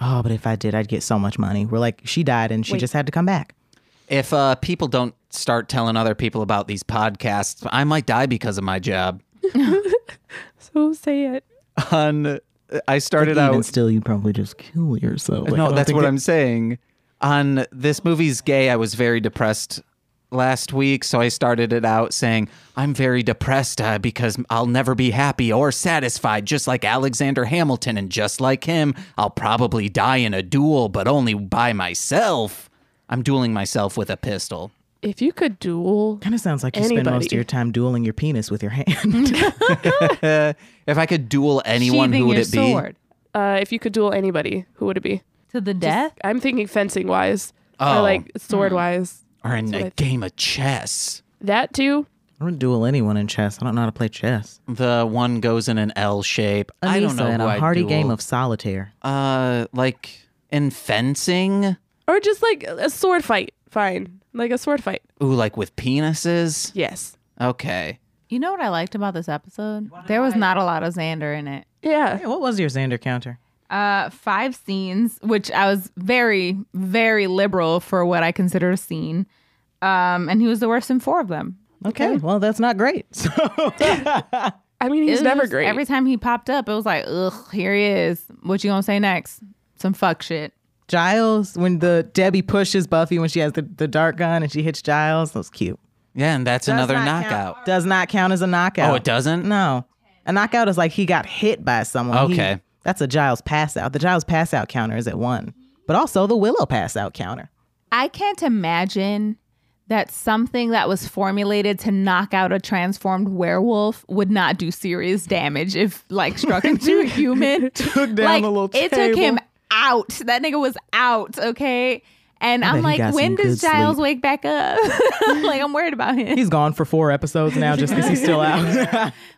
[SPEAKER 2] Oh, but if I did, I'd get so much money. We're like she died and she just had to come back.
[SPEAKER 1] If uh, people don't start telling other people about these podcasts, I might die because of my job.
[SPEAKER 4] so say it.
[SPEAKER 1] On, I started
[SPEAKER 2] Even still, you probably just kill yourself. Like, I
[SPEAKER 1] no,
[SPEAKER 2] don't
[SPEAKER 1] that's
[SPEAKER 2] think
[SPEAKER 1] what
[SPEAKER 2] it-
[SPEAKER 1] I'm saying. On this movie's gay, I was very depressed last week, so I started it out saying, "I'm very depressed uh, because I'll never be happy or satisfied, just like Alexander Hamilton, and just like him, I'll probably die in a duel, but only by myself. I'm dueling myself with a pistol."
[SPEAKER 4] If you could duel,
[SPEAKER 2] Kind of sounds like you spend most of
[SPEAKER 4] Anybody.
[SPEAKER 2] your time dueling your penis with your hand.
[SPEAKER 1] If I could duel anyone,
[SPEAKER 3] Sheathing
[SPEAKER 1] who would
[SPEAKER 3] your
[SPEAKER 1] it be?
[SPEAKER 3] sword
[SPEAKER 4] uh, if you could duel anybody, who would it be?
[SPEAKER 3] to the death
[SPEAKER 4] I'm thinking fencing wise
[SPEAKER 1] Oh.
[SPEAKER 4] or like sword wise.
[SPEAKER 1] Or in a game of chess,
[SPEAKER 4] That too.
[SPEAKER 2] I wouldn't duel anyone in chess. I don't know how to play chess.
[SPEAKER 1] the one goes in an L shape. I don't
[SPEAKER 2] Anissa
[SPEAKER 1] know
[SPEAKER 2] in
[SPEAKER 1] who
[SPEAKER 2] a
[SPEAKER 1] I'd
[SPEAKER 2] hardy
[SPEAKER 1] duel.
[SPEAKER 2] game of solitaire.
[SPEAKER 1] uh, like in fencing.
[SPEAKER 4] Or just like a sword fight. Fine. Like a sword fight.
[SPEAKER 1] Ooh, like with penises?
[SPEAKER 4] Yes.
[SPEAKER 1] Okay.
[SPEAKER 3] you know what i liked about this episode there was not a lot of xander in it
[SPEAKER 4] Yeah.
[SPEAKER 2] what was your Xander counter?
[SPEAKER 3] uh five scenes which i was very very liberal for what i consider a scene um and he was the worst in four of them
[SPEAKER 2] Okay, well that's not great. So
[SPEAKER 4] I mean, he's
[SPEAKER 3] It was
[SPEAKER 4] never
[SPEAKER 3] just-
[SPEAKER 4] great.
[SPEAKER 3] Every time he popped up, it was like, ugh, here he is. What you gonna say next? Some fuck shit.
[SPEAKER 2] Giles, when the Debbie pushes Buffy when she has the, the dart gun and she hits Giles, that was cute.
[SPEAKER 1] Yeah, and that's another
[SPEAKER 2] not count-
[SPEAKER 1] knockout.
[SPEAKER 2] Does not count as a knockout.
[SPEAKER 1] Oh, it doesn't?
[SPEAKER 2] No, a knockout is like he got hit by someone. He-
[SPEAKER 1] Okay.
[SPEAKER 2] that's a Giles pass out. The Giles pass out counter is at one, but also the Willow pass out counter.
[SPEAKER 3] I can't imagine that something that was formulated to knock out a transformed werewolf would not do serious damage if like struck into a human.
[SPEAKER 2] Took down
[SPEAKER 3] like
[SPEAKER 2] a little
[SPEAKER 3] it took him out. That nigga was out. Okay. And I
[SPEAKER 2] bet
[SPEAKER 3] am
[SPEAKER 2] he
[SPEAKER 3] like,
[SPEAKER 2] got
[SPEAKER 3] when
[SPEAKER 2] some
[SPEAKER 3] does
[SPEAKER 2] good
[SPEAKER 3] Giles
[SPEAKER 2] sleep.
[SPEAKER 3] wake back up? like, I'm worried about him.
[SPEAKER 2] He's gone for four episodes now just because he's still out.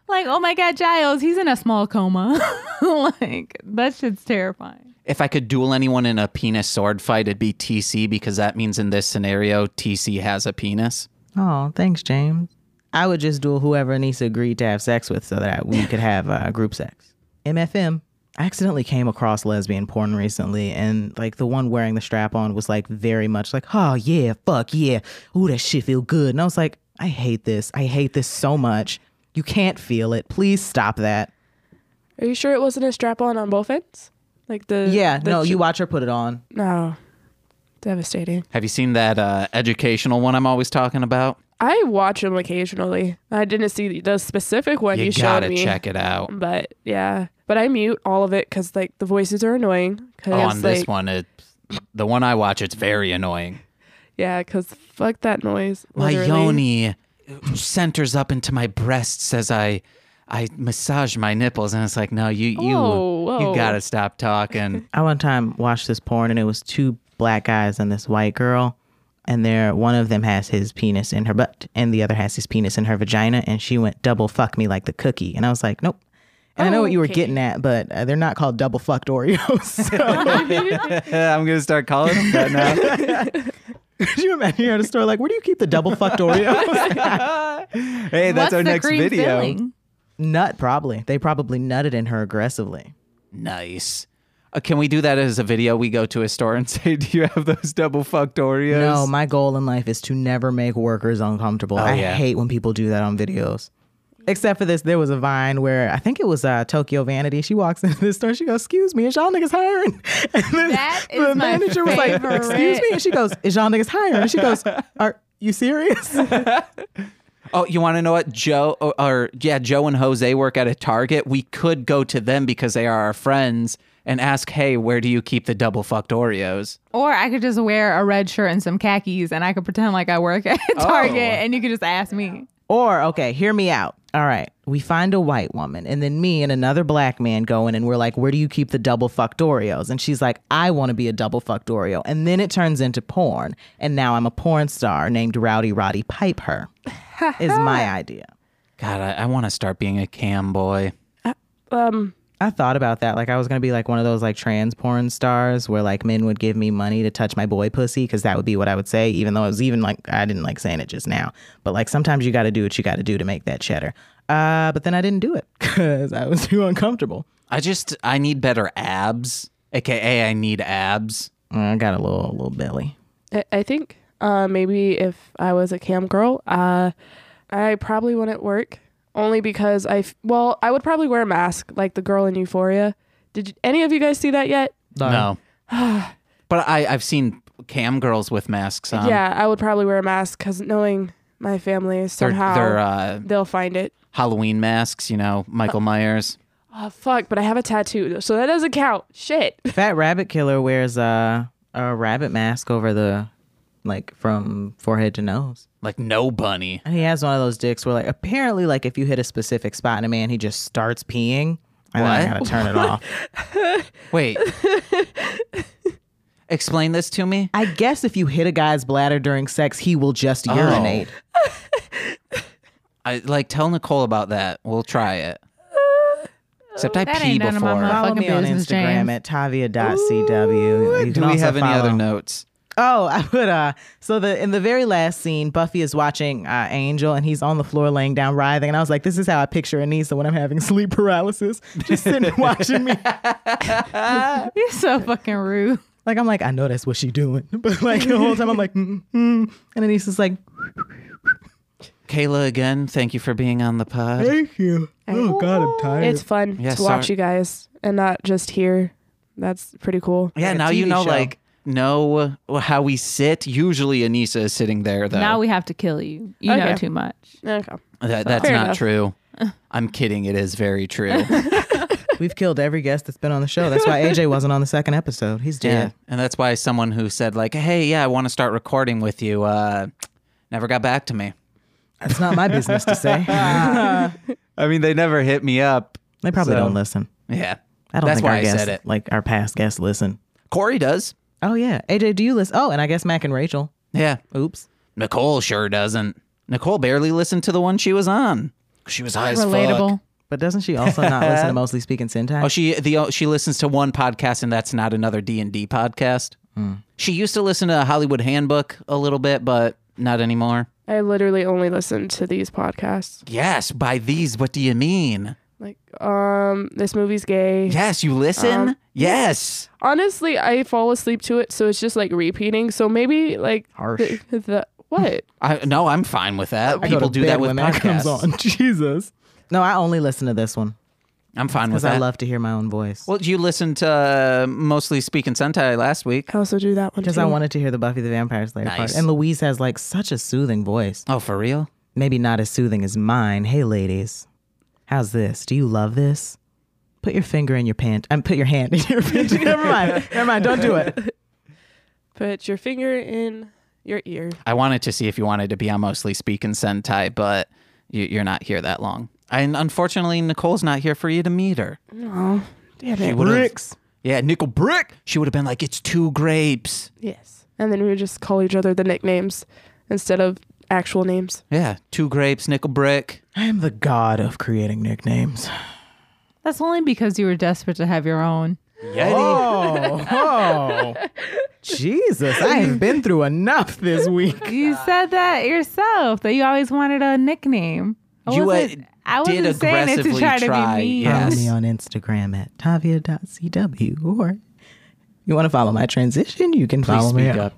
[SPEAKER 3] Like, oh my God, Giles, he's in a small coma. like, that shit's terrifying.
[SPEAKER 1] If I could duel anyone in a penis sword fight, it'd be TC because that means in this scenario, TC has a penis.
[SPEAKER 2] oh, thanks, James. I would just do whoever Anissa agreed to have sex with so that we could have uh, group sex. MFM. I accidentally came across lesbian porn recently, and like the one wearing the strap on was like very much like, oh yeah, fuck yeah, ooh that shit feel good, and I was like, I hate this, I hate this so much. You can't feel it. Please stop that.
[SPEAKER 4] Are you sure it wasn't a strap on on both ends? Like the
[SPEAKER 2] Yeah,
[SPEAKER 4] the
[SPEAKER 2] no,
[SPEAKER 4] ch-
[SPEAKER 2] you watch her put it on.
[SPEAKER 4] no, devastating.
[SPEAKER 1] Have you seen that uh, educational one I'm always talking about?
[SPEAKER 4] I watch them occasionally. I didn't see the- the specific one you,
[SPEAKER 1] you
[SPEAKER 4] showed
[SPEAKER 1] gotta
[SPEAKER 4] me,
[SPEAKER 1] check it out.
[SPEAKER 4] but yeah, but I mute all of it because like the voices are annoying. Cause,
[SPEAKER 1] on this
[SPEAKER 4] like,
[SPEAKER 1] one, it, the one I watch, it's very annoying.
[SPEAKER 4] yeah, because fuck that noise.
[SPEAKER 1] My
[SPEAKER 4] literally.
[SPEAKER 1] yoni centers up into my breasts as I I massage my nipples, and it's like, no, you you
[SPEAKER 4] Whoa, whoa.
[SPEAKER 1] you gotta stop talking.
[SPEAKER 2] I one time watched this porn and it was two black guys and this white girl, and there one of them has his penis in her butt and the other has his penis in her vagina, and she went double fuck me like the cookie, and I was like, nope. And I know what you were getting at, but uh, they're not called double fucked Oreos. So
[SPEAKER 1] I'm gonna start calling them that now.
[SPEAKER 2] could you imagine you're at a store like, where do you keep the double fucked Oreos?
[SPEAKER 1] hey,
[SPEAKER 3] What's the green filling?
[SPEAKER 2] Nut, probably. They probably nutted in her aggressively.
[SPEAKER 1] Nice. Uh, can we do that as a video? We go to a store and say, "Do you have those double fucked Oreos?"
[SPEAKER 2] No, my goal in life is to never make workers uncomfortable. I
[SPEAKER 1] yeah.
[SPEAKER 2] hate when people do that on videos. Except for this, there was a vine where I think it was uh, Tokyo Vanity. She walks into the store, she goes, "Excuse me, is y'all niggas hiring?" And then
[SPEAKER 3] That
[SPEAKER 2] the
[SPEAKER 3] is my
[SPEAKER 2] manager was like, "Excuse me,"
[SPEAKER 3] favorite.
[SPEAKER 2] and she goes, "Is y'all niggas hiring?" And she goes, "Are you serious?"
[SPEAKER 1] Oh, you want to know what Joe or, or yeah, Joe and Jose work at a Target. We could go to them because they are our friends and ask, "Hey, where do you keep the double fucked Oreos?"
[SPEAKER 3] Or I could just wear a red shirt and some khakis and I could pretend like I work at
[SPEAKER 1] Oh.
[SPEAKER 3] Target and you could just ask me.
[SPEAKER 2] Or, okay, hear me out. All right, we find a white woman, and then me and another black man go in, and we're like, Where do you keep the double fucked Oreos? And she's like, I want to be a double fucked Oreo. And then it turns into porn, and now I'm a porn star named Rowdy Roddy Pipe Her, is my idea.
[SPEAKER 1] God, I, I want to start being a cam boy.
[SPEAKER 4] Um,
[SPEAKER 2] I thought about that. Like, I was going to be like one of those like trans porn stars where like men would give me money to touch my boy pussy because that would be what I would say, even though it was even like I didn't like saying it just now. But like sometimes you got to do what you got to do to make that cheddar. Uh, but then I didn't do it because I was too uncomfortable.
[SPEAKER 1] I just I need better abs, aka I need abs.
[SPEAKER 2] I got a little, little belly.
[SPEAKER 4] I, I think uh, maybe if I was a cam girl, uh, I probably wouldn't work only because I f- well, I would probably wear a mask like the girl in Euphoria. Did you, any of you guys see that yet?
[SPEAKER 1] No, but I I've seen cam girls with masks on.
[SPEAKER 4] yeah, I would probably wear a mask because knowing my family
[SPEAKER 1] Um, they're,
[SPEAKER 4] somehow
[SPEAKER 1] they're uh,
[SPEAKER 4] they'll find it.
[SPEAKER 1] Halloween masks. You know,
[SPEAKER 3] Uh,
[SPEAKER 1] Michael Myers.
[SPEAKER 4] Oh fuck! But I have a tattoo, so that doesn't count. Shit.
[SPEAKER 2] Fat Rabbit Killer wears a a rabbit mask over the like from forehead to nose.
[SPEAKER 1] Like no bunny.
[SPEAKER 2] And he has one of those dicks where like apparently like if you hit a specific spot in a man, he just starts peeing. And then I
[SPEAKER 1] What?
[SPEAKER 2] gotta turn it off.
[SPEAKER 1] Wait. Explain this to me.
[SPEAKER 2] I guess if you hit a guy's bladder during sex, he will just urinate.
[SPEAKER 1] I like tell Nicole about that. We'll try it. Except I
[SPEAKER 3] That
[SPEAKER 1] pee
[SPEAKER 3] ain't none of my
[SPEAKER 1] before.
[SPEAKER 3] mouth.
[SPEAKER 2] Follow
[SPEAKER 3] Fucking
[SPEAKER 2] me on
[SPEAKER 3] business,
[SPEAKER 2] Instagram
[SPEAKER 3] James.
[SPEAKER 2] at tavia.cw. You can
[SPEAKER 1] Do we
[SPEAKER 2] also
[SPEAKER 1] have any other
[SPEAKER 2] follow-
[SPEAKER 1] notes?
[SPEAKER 2] Oh, I put uh so the in the very last scene, Buffy is watching uh, Angel and he's on the floor laying down writhing, and I was like, This is how I picture Anissa when I'm having sleep paralysis, just sitting watching me.
[SPEAKER 3] You're so fucking rude.
[SPEAKER 2] Like I'm like, I know that's what she doing. But like the whole time I'm like, mm, mm. and Anissa's like,
[SPEAKER 1] Kayla, again, thank you for being on the pod.
[SPEAKER 2] Thank you. Oh god, I'm tired.
[SPEAKER 4] It's fun
[SPEAKER 1] Yeah,
[SPEAKER 4] to watch
[SPEAKER 1] sorry.
[SPEAKER 4] you guys and not just hear. That's pretty cool.
[SPEAKER 1] yeah,
[SPEAKER 2] Like a
[SPEAKER 1] now you
[SPEAKER 2] TV
[SPEAKER 1] know,
[SPEAKER 2] show.
[SPEAKER 1] like, know how we sit. Usually Anissa is sitting there, though.
[SPEAKER 3] Now we have to kill you. You know
[SPEAKER 4] Okay.
[SPEAKER 3] too much.
[SPEAKER 4] Okay.
[SPEAKER 1] That- that's
[SPEAKER 4] Fair
[SPEAKER 1] not
[SPEAKER 4] enough.
[SPEAKER 1] true. I'm kidding. It is very true.
[SPEAKER 2] We've killed every guest that's been on the show. That's why AJ wasn't on the second episode. He's dead.
[SPEAKER 1] And that's why someone who said, like, hey, yeah, I want to start recording with you, uh, Never got back to me.
[SPEAKER 2] It's not my business to say.
[SPEAKER 1] I mean, they never hit me up.
[SPEAKER 2] They probably
[SPEAKER 1] So-
[SPEAKER 2] don't listen.
[SPEAKER 1] Yeah.
[SPEAKER 2] I don't
[SPEAKER 1] That's
[SPEAKER 2] think
[SPEAKER 1] why
[SPEAKER 2] our
[SPEAKER 1] I
[SPEAKER 2] guests,
[SPEAKER 1] said it.
[SPEAKER 2] Like our past guests listen.
[SPEAKER 1] Corey does.
[SPEAKER 2] Oh yeah, AJ, do you listen? Oh, and I guess Mac and Rachel.
[SPEAKER 1] Yeah.
[SPEAKER 2] Oops.
[SPEAKER 1] Nicole sure doesn't. Nicole barely listened to the one she was on. She was high as
[SPEAKER 3] Relatable.
[SPEAKER 1] fuck.
[SPEAKER 2] But doesn't she also not listen to mostly speaking syntax?
[SPEAKER 1] Oh, she the she listens to one podcast, and that's not another D and D podcast. She used to listen to Hollywood Handbook a little bit, but not anymore.
[SPEAKER 4] I literally only listen to these podcasts.
[SPEAKER 1] Yes, by these, what do you mean?
[SPEAKER 4] Like, um, this movie's gay.
[SPEAKER 1] Yes, you listen.
[SPEAKER 2] Um,
[SPEAKER 1] yes,
[SPEAKER 4] Honestly, I fall asleep to it, so it's just like repeating. So maybe like
[SPEAKER 2] Harsh.
[SPEAKER 4] The, the what?
[SPEAKER 1] I no, I'm fine with that.
[SPEAKER 2] I go
[SPEAKER 1] People
[SPEAKER 2] to
[SPEAKER 1] do
[SPEAKER 2] bed
[SPEAKER 1] that with
[SPEAKER 2] when that
[SPEAKER 1] podcasts.
[SPEAKER 2] comes on. Jesus. No, I only listen to this one
[SPEAKER 1] I'm fine with
[SPEAKER 2] because
[SPEAKER 1] that.
[SPEAKER 2] I love to hear my own voice.
[SPEAKER 1] well, you listened to uh, mostly speaking Sentai last week.
[SPEAKER 4] I also do that one
[SPEAKER 2] Because
[SPEAKER 4] too.
[SPEAKER 2] I wanted to hear the Buffy the Vampire Slayer part.
[SPEAKER 1] Nice.
[SPEAKER 2] And Louise has like such a soothing voice.
[SPEAKER 1] Oh, for real?
[SPEAKER 2] Maybe not as soothing as mine. Hey, ladies, how's this? Do you love this? Put your finger in your pant. And put your hand in your pant. Never mind. Never mind. Don't do it.
[SPEAKER 4] Put your finger in your ear.
[SPEAKER 1] I wanted to see if you wanted to be on mostly speaking Sentai, but you, you're not here that long. And unfortunately, Nicole's not here for you to meet her.
[SPEAKER 4] Oh, damn it!
[SPEAKER 1] would've- Yeah, Nickel Brick. She would have been like, "It's two grapes."
[SPEAKER 4] Yes. And then we would just call each other the nicknames instead of actual names.
[SPEAKER 1] Yeah, two grapes, Nickel Brick.
[SPEAKER 2] I am the god of creating nicknames.
[SPEAKER 3] That's only because you were desperate to have your own.
[SPEAKER 1] Yeti.
[SPEAKER 2] Oh, oh. Jesus. I have been through enough this week.
[SPEAKER 3] You said that yourself that you always wanted a nickname. I
[SPEAKER 1] You, uh,
[SPEAKER 3] wasn't, I
[SPEAKER 1] did
[SPEAKER 3] wasn't saying it to
[SPEAKER 1] aggressively
[SPEAKER 3] try to
[SPEAKER 1] try,
[SPEAKER 3] be mean.
[SPEAKER 1] yeah.
[SPEAKER 2] Follow
[SPEAKER 1] Yes.
[SPEAKER 2] me on Instagram at tavia.cw or you want to follow my transition, you can follow me.
[SPEAKER 1] speak
[SPEAKER 2] at-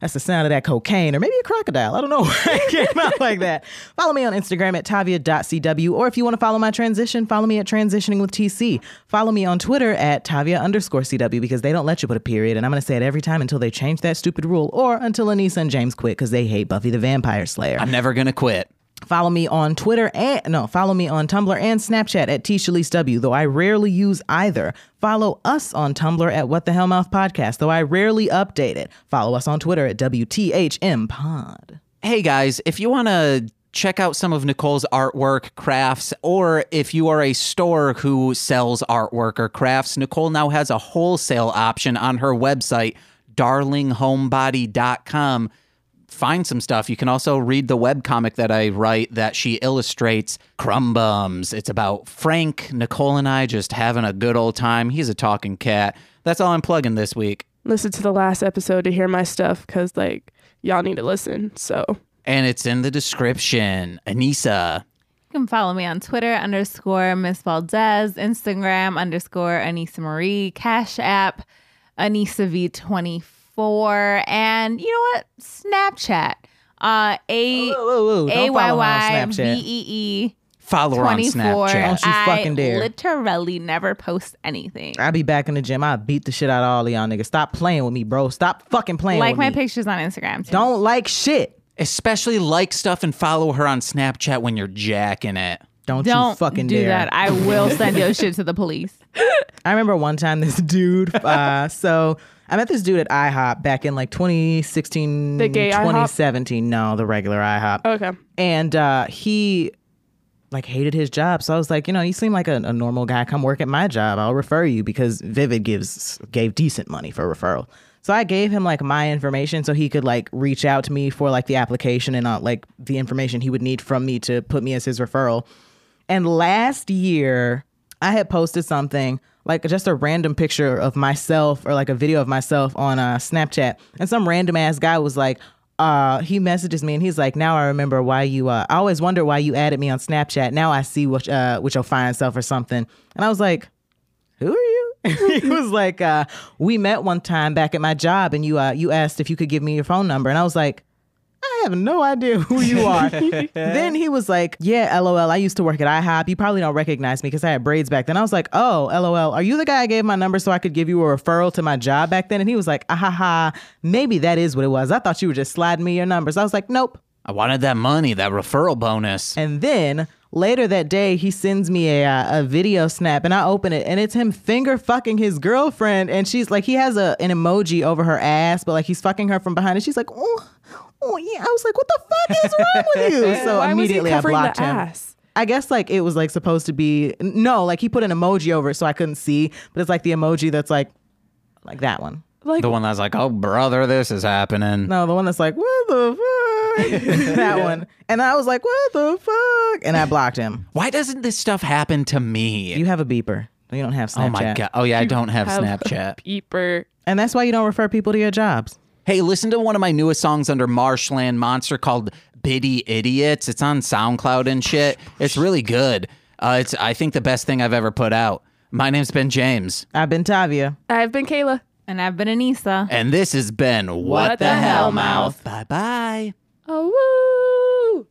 [SPEAKER 2] That's the sound of that cocaine or maybe a crocodile. I don't know why it came out like that. Follow me on Instagram at tavia.cw or if you want to follow my transition, follow me at transitioning with TC. Follow me on Twitter at tavia underscore CW because they don't let you put a period and I'm going to say it every time until they change that stupid rule or until Anissa and James quit because they hate Buffy the Vampire Slayer.
[SPEAKER 1] I'm never gonna quit.
[SPEAKER 2] Follow me on Twitter and no, follow me on Tumblr and Snapchat at T Shalise W, though I rarely use either. Follow us on Tumblr at What the Hell Mouth Podcast, though I rarely update it. Follow us on Twitter at WTHM Pod.
[SPEAKER 1] Hey guys, if you want to check out some of Nicole's artwork, crafts, or if you are a store who sells artwork or crafts, Nicole now has a wholesale option on her website, darlinghomebody.com. Find some stuff. You can also read the webcomic that I write that she illustrates, Crumb Bums. It's about Frank, Nicole, and I just having a good old time. He's a talking cat. That's all I'm plugging this week.
[SPEAKER 4] Listen to the last episode to hear my stuff because like y'all need to listen. So
[SPEAKER 1] And it's in the description. Anissa.
[SPEAKER 3] You can follow me on Twitter underscore Miss Valdez, Instagram underscore Anissa Marie, Cash App Anissa V24, and you know what? Snapchat. Uh,
[SPEAKER 2] Oh,
[SPEAKER 3] A A Y Y V E E
[SPEAKER 1] Follow her on
[SPEAKER 3] 24.
[SPEAKER 1] Snapchat.
[SPEAKER 2] Don't you fucking dare.
[SPEAKER 3] I literally never post anything.
[SPEAKER 2] I be back in the gym. I beat the shit out of all of y'all niggas. Stop playing with me, bro. Stop fucking playing
[SPEAKER 3] Like
[SPEAKER 2] with
[SPEAKER 3] my
[SPEAKER 2] me.
[SPEAKER 3] pictures on Instagram. Too.
[SPEAKER 2] Don't like shit.
[SPEAKER 1] Especially like stuff and follow her on Snapchat when you're jacking it.
[SPEAKER 2] Don't, you
[SPEAKER 3] Don't
[SPEAKER 2] fucking
[SPEAKER 3] do
[SPEAKER 2] dare.
[SPEAKER 3] that. I will send your shit to the police.
[SPEAKER 2] I remember one time this dude. Uh, so I met this dude at IHOP back in like 2016,
[SPEAKER 4] The gay IHOP? Oh.
[SPEAKER 2] 2017. No, the regular IHOP.
[SPEAKER 4] okay,
[SPEAKER 2] And uh, he like hated his job. So I was like, you know, you seem like a, a normal guy. Come work at my job. I'll refer you because Vivid gives gave decent money for referral. So I gave him like my information so he could like reach out to me for like the application and uh, like the information he would need from me to put me as his referral. And last year, I had posted something like just a random picture of myself or like a video of myself on uh, Snapchat, and some random ass guy was like, uh, he messages me and he's like, now I remember why you. Uh, I always wondered why you added me on Snapchat. Now I see what uh, with your fine self or something. And I was like, who are you? he was like, uh, we met one time back at my job, and you uh, you asked if you could give me your phone number, and I was like. I have no idea who you are. then he was like, Yeah, lol, I used to work at IHOP. You probably don't recognize me because I had braids back then. I was like, Oh, lol, are you the guy I gave my number so I could give you a referral to my job back then? And he was like, Ah ha ha, maybe that is what it was. I thought you were just sliding me your numbers. I was like, Nope.
[SPEAKER 1] I wanted that money, that referral bonus.
[SPEAKER 2] And then Later that day, he sends me a, uh, a video snap, and I open it, and it's him finger fucking his girlfriend, and she's like, he has a an emoji over her ass, but like he's fucking her from behind, and she's like, oh, oh yeah. I was like, what the fuck is wrong with you? So
[SPEAKER 4] Why
[SPEAKER 2] immediately
[SPEAKER 4] was he
[SPEAKER 2] I
[SPEAKER 4] covering
[SPEAKER 2] blocked
[SPEAKER 4] the
[SPEAKER 2] him.
[SPEAKER 4] ass?
[SPEAKER 2] I guess like it was like supposed to be no, like he put an emoji over it so I couldn't see, but it's like the emoji that's like like that one.
[SPEAKER 4] Like
[SPEAKER 1] The one that's like, oh, brother, this is happening.
[SPEAKER 2] No, the one that's like what the fuck, that one. And I was like what the fuck, and I blocked him.
[SPEAKER 1] Why doesn't this stuff happen to me?
[SPEAKER 2] You have a beeper. You don't have Snapchat.
[SPEAKER 1] oh, my God. Oh, yeah, I don't have,
[SPEAKER 4] have a
[SPEAKER 1] Snapchat.
[SPEAKER 4] beeper.
[SPEAKER 2] And that's why you don't refer people to your jobs.
[SPEAKER 1] Hey, listen to one of my newest songs under Marshland Monster called Biddy Idiots. It's on SoundCloud and shit. It's really good. Uh, it's I think the best thing I've ever put out. My name's Ben James,
[SPEAKER 2] I've been Tavia.
[SPEAKER 4] I've been Kayla.
[SPEAKER 3] And I've been Anissa.
[SPEAKER 1] and this has been What,
[SPEAKER 4] the Hell Mouth.
[SPEAKER 1] Bye bye.
[SPEAKER 4] Oh woo.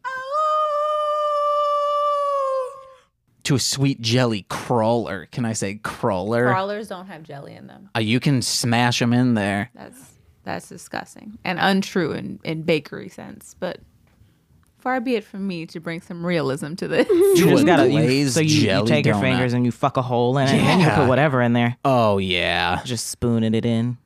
[SPEAKER 1] To a sweet jelly crawler. Can I say crawler?
[SPEAKER 3] Crawlers don't have jelly in them.
[SPEAKER 1] Uh, you can smash them in there.
[SPEAKER 3] That's that's disgusting and untrue in, in bakery sense. But far be it from me to bring some realism to this.
[SPEAKER 1] To
[SPEAKER 2] You
[SPEAKER 1] a
[SPEAKER 2] just gotta you,
[SPEAKER 1] glazed
[SPEAKER 2] so you, you
[SPEAKER 1] jelly
[SPEAKER 2] take your
[SPEAKER 1] donut.
[SPEAKER 2] fingers and you fuck a hole in it, and you
[SPEAKER 1] Yeah.
[SPEAKER 2] put whatever in there,
[SPEAKER 1] Oh yeah.
[SPEAKER 2] just spooning it in.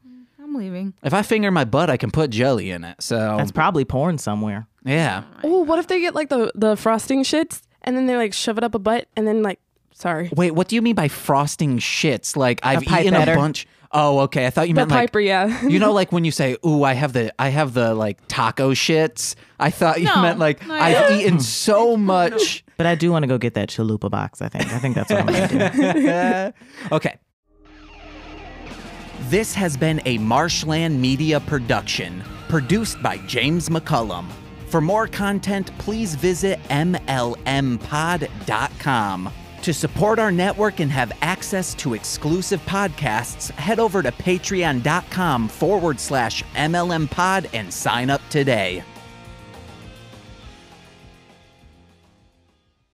[SPEAKER 3] I'm leaving.
[SPEAKER 1] If I finger my butt, I can put jelly in it. So
[SPEAKER 2] That's probably porn somewhere.
[SPEAKER 1] yeah.
[SPEAKER 4] Oh, what if they get like the the frosting shits and then they like shove it up a butt and then like sorry.
[SPEAKER 1] Wait, what do you mean by frosting shits? Like I've eaten
[SPEAKER 2] pipetter.
[SPEAKER 1] a bunch. Oh, okay. I thought you
[SPEAKER 4] The
[SPEAKER 1] meant like
[SPEAKER 4] piper, yeah.
[SPEAKER 1] you know, like when you say, "Ooh, I have the I have the like taco shits." I thought you
[SPEAKER 3] No.
[SPEAKER 1] meant like
[SPEAKER 3] No,
[SPEAKER 1] I've eaten so much.
[SPEAKER 2] But I do want to go get that chalupa box. I think. I think that's what I'm gonna do.
[SPEAKER 1] Okay. This has been a Marshland Media production, produced by James McCullum. For more content, please visit MLMpod.com. To support our network and have access to exclusive podcasts, head over to patreon.com forward slash MLMpod and sign up today.